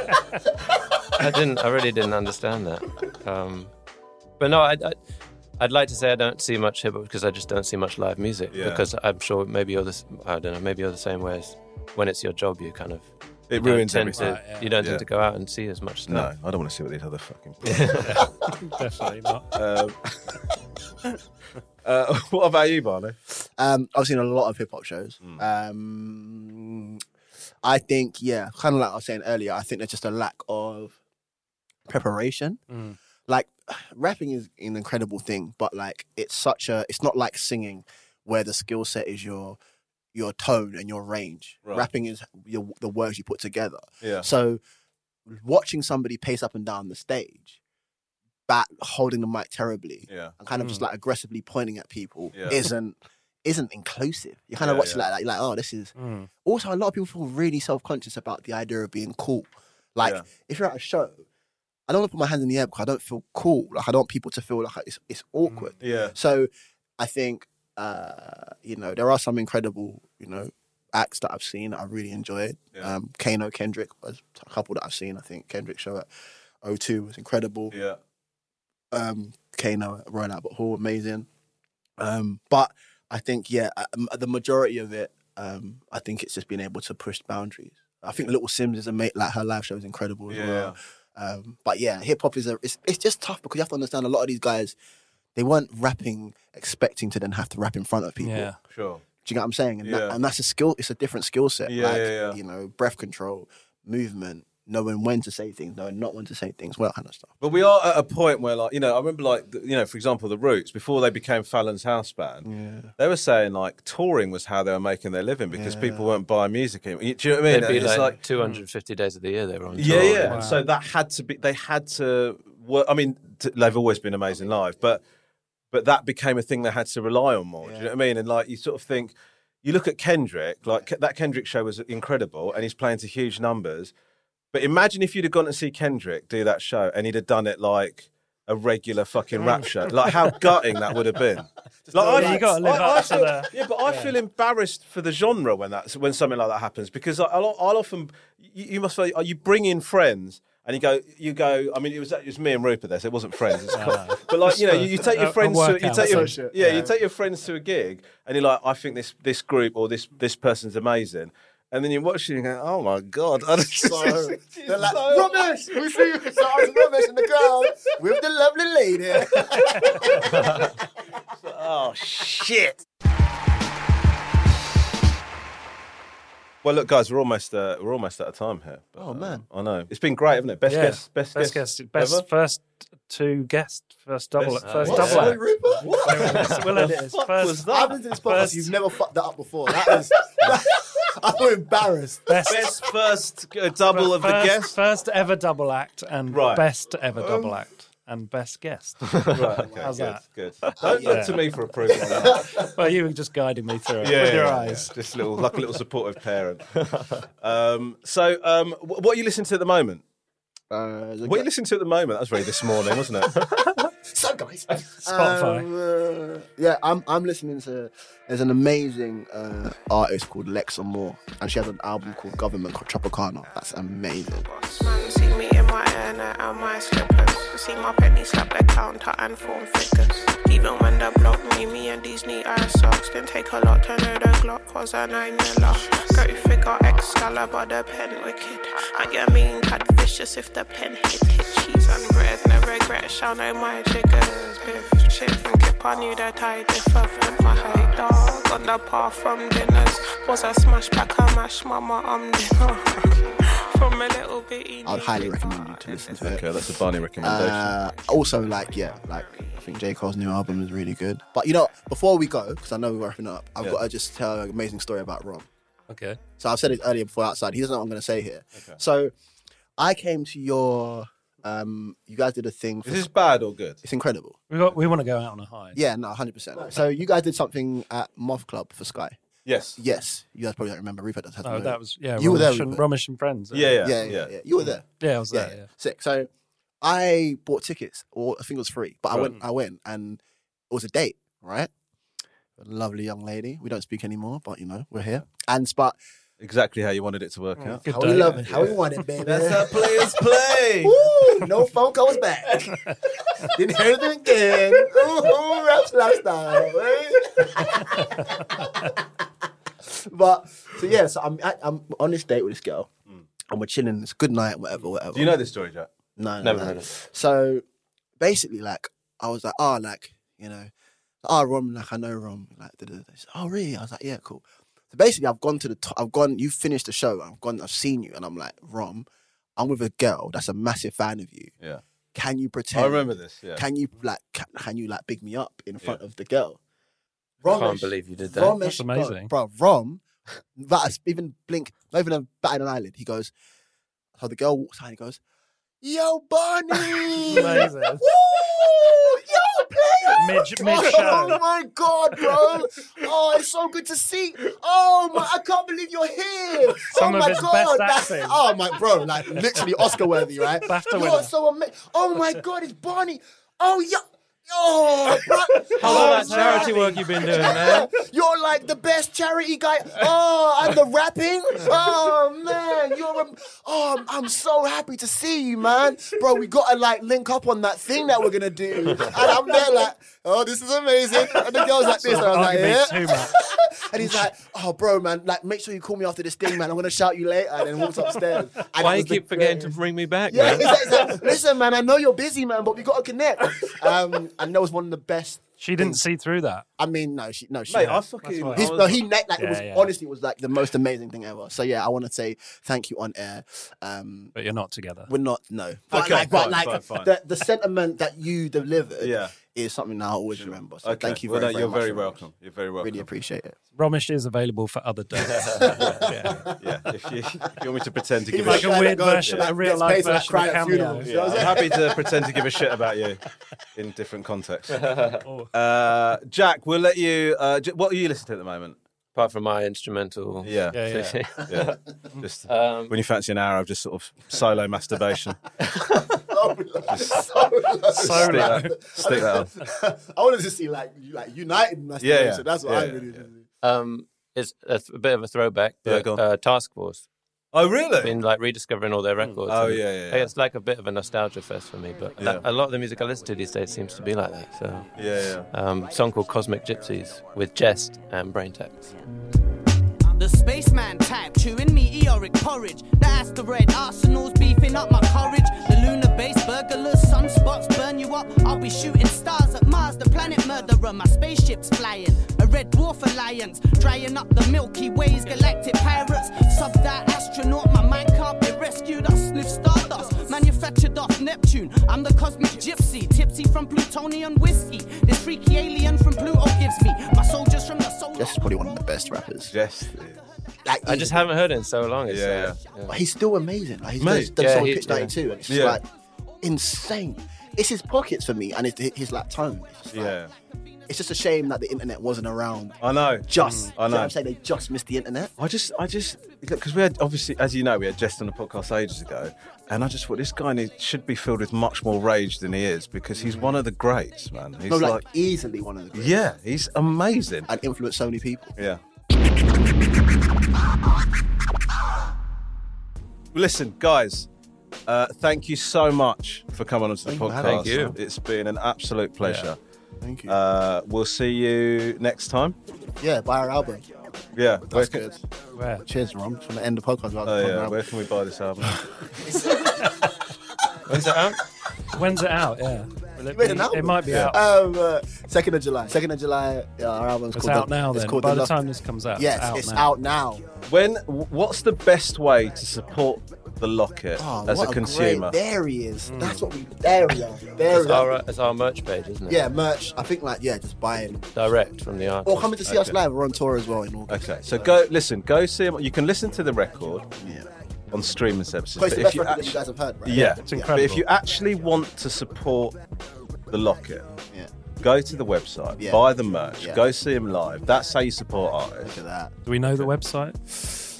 Speaker 6: I didn't. I really didn't understand that. Um, but no, I, I, I'd like to say I don't see much hip hop because I just don't see much live music.
Speaker 2: Yeah.
Speaker 6: Because I'm sure maybe you're the. s- I don't know. Maybe you're the same way as when it's your job. You kind of.
Speaker 2: It
Speaker 6: you don't
Speaker 2: ruins
Speaker 6: tend
Speaker 2: everything.
Speaker 6: to-
Speaker 2: Right, yeah.
Speaker 6: You don't
Speaker 2: Yeah.
Speaker 6: tend to go out and see as much
Speaker 2: No,
Speaker 6: stuff.
Speaker 2: I don't want to see what these other fucking.
Speaker 3: Definitely not.
Speaker 2: um, uh, what about you, Barney?
Speaker 4: Um, I've seen a lot of hip hop shows.
Speaker 9: Hmm.
Speaker 4: Um, I think, yeah, kind of like I was saying earlier, I think there's just a lack of preparation.
Speaker 9: Mm.
Speaker 4: Like, rapping is an incredible thing, but like, it's such a, it's not like singing where the skill set is your your tone and your range.
Speaker 9: Right.
Speaker 4: Rapping is your, the words you put together.
Speaker 9: Yeah.
Speaker 4: So, watching somebody pace up and down the stage, bat holding the mic terribly,
Speaker 2: Yeah.
Speaker 4: and kind of just
Speaker 2: Mm.
Speaker 4: like aggressively pointing at people
Speaker 2: Yeah.
Speaker 4: isn't isn't inclusive. You kind
Speaker 2: Yeah,
Speaker 4: of watch
Speaker 2: yeah.
Speaker 4: it like that. You're like, oh, this is. Also, a lot of people feel really self conscious about the idea of being cool. Like,
Speaker 9: Yeah.
Speaker 4: if you're at a show, I don't want to put my hands in the air because I don't feel cool. Like, I don't want people to feel like it's, it's awkward.
Speaker 2: Yeah.
Speaker 4: So, I think, uh, you know, there are some incredible, you know, acts that I've seen that I really enjoyed. Um, Kano Kendrick was a couple that I've seen. I think Kendrick's show at O2 was incredible.
Speaker 2: Yeah.
Speaker 4: Um, Kano at Royal Albert Hall, amazing. Um, but I think, yeah, uh, m- the majority of it, um, I think it's just being able to push boundaries. I think Little Sims is a mate, like her live show is incredible as
Speaker 2: Yeah.
Speaker 4: well. Um, but yeah, hip hop is a, it's, it's just tough because you have to understand a lot of these guys, they weren't rapping expecting to then have to rap in front of people.
Speaker 2: Yeah. Sure.
Speaker 4: Do you get what I'm saying? And, that,
Speaker 2: Yeah.
Speaker 4: and that's a skill. It's a different skill set.
Speaker 2: Yeah,
Speaker 4: like,
Speaker 2: yeah, yeah.
Speaker 4: You know, breath control, movement, knowing when to say things, knowing not when to say things, all that kind of stuff.
Speaker 2: But we are at a point where, like, you know, I remember, like, th- you know, for example, the Roots before they became Fallon's house band, they were saying like touring was how they were making their living because people weren't buying music. anymore. You- Do you know what I mean?
Speaker 6: It'd
Speaker 2: And
Speaker 6: be
Speaker 2: it's
Speaker 6: like,
Speaker 2: like-
Speaker 6: 250 days of the year they were on tour.
Speaker 2: yeah, yeah. And so that had to be. They had to. Work, I mean, t- they've always been amazing live, but but that became a thing they had to rely on more. Do you know what I mean? And like, you sort of think, you look at Kendrick. Like Ke- that Kendrick show was incredible, and he's playing to huge numbers. But imagine if you'd have gone to see Kendrick do that show, and he'd have done it like. a regular fucking rap shirt. Like how gutting that would have been.
Speaker 13: Like,
Speaker 2: Like,
Speaker 13: I, you got to live
Speaker 2: I-
Speaker 13: up
Speaker 2: I
Speaker 13: to
Speaker 2: feel-
Speaker 13: the-
Speaker 2: Yeah, but I
Speaker 13: Yeah.
Speaker 2: feel embarrassed for the genre when that's when something like that happens because I- I'll, I'll often you, you must feel, you bring in friends. And you go, you go. I mean, it was it was me and Rupert there, so it wasn't friends. It's cool. But like, you know, you, you take
Speaker 13: A-
Speaker 2: your
Speaker 13: a
Speaker 2: friends to you
Speaker 13: workout.
Speaker 2: take your,
Speaker 13: Associate,
Speaker 2: yeah, you
Speaker 13: yeah.
Speaker 2: take your friends to a gig, and you're like, I think this this group or this this person's amazing, and then you watch it and you go, oh my god, I just-
Speaker 13: So-
Speaker 4: They're like, rubbish! We see you so I was rubbish in the crowd with the lovely lady.
Speaker 2: oh shit. Well, look, guys, we're almost uh, we're almost out of time here. But,
Speaker 9: Oh,
Speaker 2: uh,
Speaker 9: man.
Speaker 2: I know it's been great, haven't it? Best
Speaker 3: Yeah.
Speaker 2: guess, best,
Speaker 3: best
Speaker 2: guess,
Speaker 3: best
Speaker 2: ever?
Speaker 3: first two guest, first double,
Speaker 2: Best-
Speaker 3: first
Speaker 2: What?
Speaker 3: double.
Speaker 2: Sorry,
Speaker 3: act.
Speaker 4: Rupert?
Speaker 3: Will- Will it is
Speaker 4: What
Speaker 3: first-
Speaker 4: was that? I've been to this podcast.
Speaker 3: first-
Speaker 4: You've never fucked that up before. That is, I'm embarrassed.
Speaker 3: Best-
Speaker 2: best first uh, double of the
Speaker 3: First-
Speaker 2: guest.
Speaker 3: First ever double act and
Speaker 2: Right.
Speaker 3: best ever double
Speaker 2: Um,
Speaker 3: act and best guest.
Speaker 2: Right, okay,
Speaker 3: How's
Speaker 2: good,
Speaker 3: that?
Speaker 2: good. Don't look to me for approval on
Speaker 3: well, you were just guiding me through it with your eyes.
Speaker 2: yeah. Just little, like a little supportive parent. Um, so, um, wh- what are you listening to at the moment?
Speaker 4: Uh,
Speaker 2: what are you listening to at the moment? That was very this morning, wasn't it?
Speaker 4: so guys,
Speaker 2: Spotify.
Speaker 4: Um, uh, yeah, I'm I'm listening to. There's an amazing uh, artist called Lexa Moore, and she has an album called Government called Tropicana. That's amazing.
Speaker 14: See me in my earner and my slippers. See my penny slap the counter and form figures. Even when they block me, me and these neat ass socks. Didn't take a lot to know the Glock was a nine miller. Go figure Excalibur, the pen wicked. I get mean, cat vicious if the pen hit hit cheese and bread. No regret, shall know my jiggers. Biff, chip and kip, I knew that I differ from my hate dog. On the path from dinners, was a smash back, I mash mama, I'm dinner. from a little bitty.
Speaker 4: I'd highly recommend you to listen to it.
Speaker 2: Okay, that's a Barney recommendation.
Speaker 4: Uh, also, like, yeah, like I think J Cole's new album is really good. But you know, before we go, because I know we're wrapping up, I've
Speaker 3: Yeah.
Speaker 4: got to just tell an amazing story about Rob.
Speaker 3: Okay.
Speaker 4: So I've said it earlier before outside. He doesn't know what I'm going to say here. So I came to your, um, you guys did a thing.
Speaker 2: Is this bad or good?
Speaker 4: It's incredible.
Speaker 3: We got, we want to go out on a high.
Speaker 4: Yeah, no, hundred percent. So you guys did something at Moth Club for Sky.
Speaker 2: Yes.
Speaker 4: Yes. You guys probably don't remember. Rupert does. has
Speaker 3: Oh,
Speaker 4: no-
Speaker 3: that was yeah.
Speaker 4: You were there.
Speaker 3: Romish and,
Speaker 4: Rupert.
Speaker 3: Romish and friends.
Speaker 4: Yeah, yeah, yeah, You were there.
Speaker 3: Yeah, I was there. Yeah.
Speaker 4: Sick. So I bought tickets, or I think it was free, but I
Speaker 3: Right.
Speaker 4: went. I went, and it was a date, right? A lovely young lady. We don't speak anymore, but you know we're here. And but
Speaker 2: Exactly how you wanted it to work out.
Speaker 4: how we love it, how we want it, baby.
Speaker 2: That's how players play.
Speaker 4: Woo, no phone calls back. Didn't hear it again. Ooh, ooh, raps lifestyle. eh? but so yeah, so I'm I, I'm on this date with this girl, and we're chilling. It's a good night, whatever, whatever.
Speaker 2: Mm. Do you know this story, Jack?
Speaker 4: No, no,
Speaker 2: Never
Speaker 4: no.
Speaker 2: heard it.
Speaker 4: So basically, like, I was like, oh, like, you know, oh, Rom, like, I know Rom. Like, da, da, da. She's, oh, really? I was like, yeah, cool. So basically, I've gone to the top, I've gone, you've finished the show, I've gone, I've seen you, and I'm like, Rom, I'm with a girl that's a massive fan of you.
Speaker 2: Yeah.
Speaker 4: Can you pretend?
Speaker 2: I remember this, yeah.
Speaker 4: Can you, like, can, can you, like, big me up in front of the girl? Rom
Speaker 6: Can't
Speaker 4: is-
Speaker 6: believe you did that.
Speaker 4: Rom
Speaker 6: That's
Speaker 4: is-
Speaker 6: amazing.
Speaker 4: Bro, bro, Rom, that is- even blink, not even a bat an eyelid. He goes, so the girl walks out and he goes, Yo, Barney!
Speaker 13: Amazing.
Speaker 4: Woo! Yo, player!
Speaker 13: Mid-
Speaker 4: Oh,
Speaker 13: mid-show.
Speaker 4: Oh my god, bro! Oh, it's so good to see. Oh my, I can't believe you're here.
Speaker 13: Some
Speaker 4: oh
Speaker 13: of
Speaker 4: my
Speaker 13: his
Speaker 4: god,
Speaker 13: best
Speaker 4: that's-
Speaker 13: acting.
Speaker 4: oh my bro, like literally Oscar worthy, right?
Speaker 13: BAFTA
Speaker 4: you're
Speaker 13: winner.
Speaker 4: so amazing. Oh my god, it's Barney. Oh yeah. Oh, bro.
Speaker 6: How
Speaker 4: oh,
Speaker 6: about that charity work you've been doing, man?
Speaker 4: You're like the best charity guy. Oh, and the rapping. Oh man, you're. A, oh, I'm- I'm so happy to see you, man, bro. We gotta like link up on that thing that we're gonna do. And I'm there like, oh, this is amazing. And the girl's like this, and I was like, yeah. And he's like, oh, bro, man, like make sure you call me after this thing, man. I'm gonna shout you later. And then walks upstairs. And it was
Speaker 6: Why you
Speaker 4: the
Speaker 6: keep forgetting to bring me back?
Speaker 4: yeah,
Speaker 6: man?
Speaker 4: he's like, he's like, listen, man, I know you're busy, man, but we got to connect. Um, and that was one of the best.
Speaker 3: She didn't see through that.
Speaker 4: I mean, no, she, no, she.
Speaker 3: Mate, I
Speaker 4: That's
Speaker 3: fucking-
Speaker 4: why.
Speaker 3: I
Speaker 4: His-
Speaker 3: was-
Speaker 4: no, he na- like it
Speaker 3: Yeah,
Speaker 4: was
Speaker 3: yeah.
Speaker 4: honestly it was like the most amazing thing ever. So yeah, I want to say thank you on air. Um,
Speaker 3: but you're not together.
Speaker 4: We're not. No. But
Speaker 3: Okay,
Speaker 4: like, but
Speaker 3: fine,
Speaker 4: like
Speaker 3: fine, fine.
Speaker 4: the the sentiment that you delivered.
Speaker 2: Yeah.
Speaker 4: Is something that I'll always remember. So
Speaker 2: Okay,
Speaker 4: thank you
Speaker 2: well,
Speaker 4: very,
Speaker 2: no,
Speaker 4: very
Speaker 2: you're
Speaker 4: much.
Speaker 2: very
Speaker 4: Rob.
Speaker 2: welcome. You're very welcome.
Speaker 4: Really appreciate it.
Speaker 3: Romish is available for other dates.
Speaker 2: yeah. If, you, if you want me to pretend to
Speaker 3: He's
Speaker 2: give
Speaker 3: like
Speaker 2: a,
Speaker 3: a
Speaker 2: shit-
Speaker 3: weird Like, version, like, a real gets life paid for that version of cry at Cameo. funerals, you
Speaker 2: Yeah,
Speaker 3: know what
Speaker 2: I'm
Speaker 3: I'm
Speaker 2: happy
Speaker 3: saying?
Speaker 2: to pretend to give a shit about you in different contexts. Uh, Jack, we'll let you. Uh, j- what are you listening to at the moment?
Speaker 6: Apart from my instrumental.
Speaker 2: Yeah.
Speaker 6: Yeah, yeah.
Speaker 2: Yeah. Just
Speaker 6: Um,
Speaker 2: when you fancy an hour of just sort of solo masturbation.
Speaker 4: so low. So low.
Speaker 2: So low. Stick that
Speaker 4: I wanted to see like you- like United. and that's the
Speaker 6: Yeah,
Speaker 4: name,
Speaker 6: yeah.
Speaker 4: So that's what
Speaker 6: Yeah,
Speaker 4: I
Speaker 6: yeah,
Speaker 4: really.
Speaker 6: Um, it's a, th- a bit of a throwback.
Speaker 2: Yeah,
Speaker 6: But,
Speaker 2: go on.
Speaker 6: uh, Task Force.
Speaker 2: Oh, really?
Speaker 6: I mean, like rediscovering all their records.
Speaker 2: Oh,
Speaker 6: and-
Speaker 2: yeah, yeah,
Speaker 6: like, It's like a bit of a nostalgia fest for me, but
Speaker 2: Yeah.
Speaker 6: a a lot of the music I listen to these days seems to be like that. So
Speaker 2: Yeah,
Speaker 6: Um, song called Cosmic Gypsies with Jest and Brain Tax.
Speaker 13: The spaceman type, chewing meteoric porridge. The asteroid arsenal's beefing up my courage. The lunar base burglars, sunspots burn you up. I'll be shooting stars at Mars, the planet murderer. My spaceship's flying. A red dwarf alliance, drying up the Milky Way's galactic pirates. Sub that astronaut, my mind can't be rescued. I sniff stardust, manufactured off Neptune. I'm the cosmic gypsy, tipsy from plutonium whiskey. This freaky alien from Pluto gives me my soldiers from the solar.
Speaker 4: Jess is probably one of the best rappers.
Speaker 2: Yes.
Speaker 4: Like,
Speaker 6: I just haven't heard it in so long. It's, yeah, yeah.
Speaker 4: But he's still amazing. Like he's done-
Speaker 6: Mate.
Speaker 4: done
Speaker 6: Yeah,
Speaker 4: so
Speaker 6: he-
Speaker 4: on Pitch
Speaker 6: yeah.
Speaker 4: 92, and it's just
Speaker 6: Yeah.
Speaker 4: like insane. It's his pockets for me, and it's hi- his like tone. It's just, like-
Speaker 2: Yeah.
Speaker 4: it's just a shame that the internet wasn't around.
Speaker 2: I know.
Speaker 4: Just,
Speaker 2: Mm, I
Speaker 4: you know what
Speaker 2: know.
Speaker 4: I'm saying they just missed the internet.
Speaker 2: I just, I just, because we had obviously, as you know, we had Jest on the podcast ages ago, and I just thought this guy need, should be filled with much more rage than he is because he's one of the greats, man. He's
Speaker 4: no, like,
Speaker 2: like,
Speaker 4: easily one of the.
Speaker 2: yeah, he's amazing
Speaker 4: and influenced so many people.
Speaker 2: Yeah. Listen, guys, uh, thank you so much for coming onto the
Speaker 4: Thank you for
Speaker 2: podcast.
Speaker 4: having us. Thank
Speaker 2: It's been an absolute pleasure.
Speaker 4: Thank you.
Speaker 2: Uh, we'll see you next time.
Speaker 4: Yeah, buy our album.
Speaker 2: Yeah, where
Speaker 4: That's
Speaker 2: can-
Speaker 4: good. Cheers, Ron. From the end of the podcast. about
Speaker 2: Oh,
Speaker 4: the
Speaker 2: yeah.
Speaker 4: podcast.
Speaker 2: Where can we buy this album?
Speaker 6: When's it out?
Speaker 11: When's it out? Yeah. Will it,
Speaker 4: You made
Speaker 11: be-
Speaker 4: an album?
Speaker 11: it might be out.
Speaker 4: Um, uh, second of July. Second of July. Yeah, our album's
Speaker 11: It's
Speaker 4: called
Speaker 11: out
Speaker 4: the,
Speaker 11: now
Speaker 4: It's
Speaker 11: then.
Speaker 4: called
Speaker 11: By the
Speaker 4: Lost-
Speaker 11: time this comes out, it's
Speaker 4: yes,
Speaker 11: out
Speaker 4: it's
Speaker 11: now.
Speaker 4: out now.
Speaker 2: When? What's the best way to support the locket
Speaker 4: Oh,
Speaker 2: as
Speaker 4: what
Speaker 2: a consumer?
Speaker 4: Great, there he is.
Speaker 11: Mm.
Speaker 4: That's what we. There we are. There
Speaker 6: It's
Speaker 4: we are.
Speaker 6: our, it's our merch page, isn't it?
Speaker 4: Yeah, merch. I think like yeah, just buying
Speaker 6: Direct from the artist.
Speaker 4: or coming to see us live. We're on tour as well in August.
Speaker 2: Okay, so go listen, go see him. You can listen to the record on streaming services.
Speaker 4: But it's the
Speaker 2: but
Speaker 4: best
Speaker 2: if you
Speaker 4: record that
Speaker 2: actu-
Speaker 4: you guys have heard, right?
Speaker 2: Yeah,
Speaker 4: It's
Speaker 2: But
Speaker 4: incredible.
Speaker 2: if you actually want to support the locket,
Speaker 4: Yeah.
Speaker 2: go to the website,
Speaker 3: Yeah.
Speaker 2: buy the merch,
Speaker 3: Yeah.
Speaker 2: go see him live. That's how you support artists.
Speaker 4: Look at
Speaker 3: Do we know the website?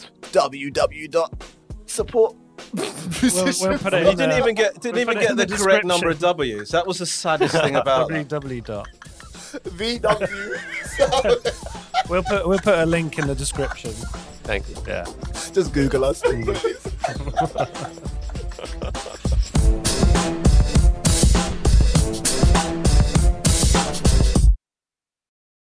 Speaker 4: www.support.
Speaker 3: We'll, we'll put it
Speaker 2: You
Speaker 3: in
Speaker 2: didn't
Speaker 3: the-
Speaker 2: even get didn't
Speaker 3: we'll put
Speaker 2: even
Speaker 3: it
Speaker 2: get
Speaker 3: in
Speaker 2: the, correct number of
Speaker 3: description.
Speaker 2: W's. That was the saddest thing about that.
Speaker 3: www. dot.
Speaker 4: VW.
Speaker 3: We'll put we'll put a link in the description.
Speaker 6: Thank you.
Speaker 3: Yeah.
Speaker 4: Just Google us.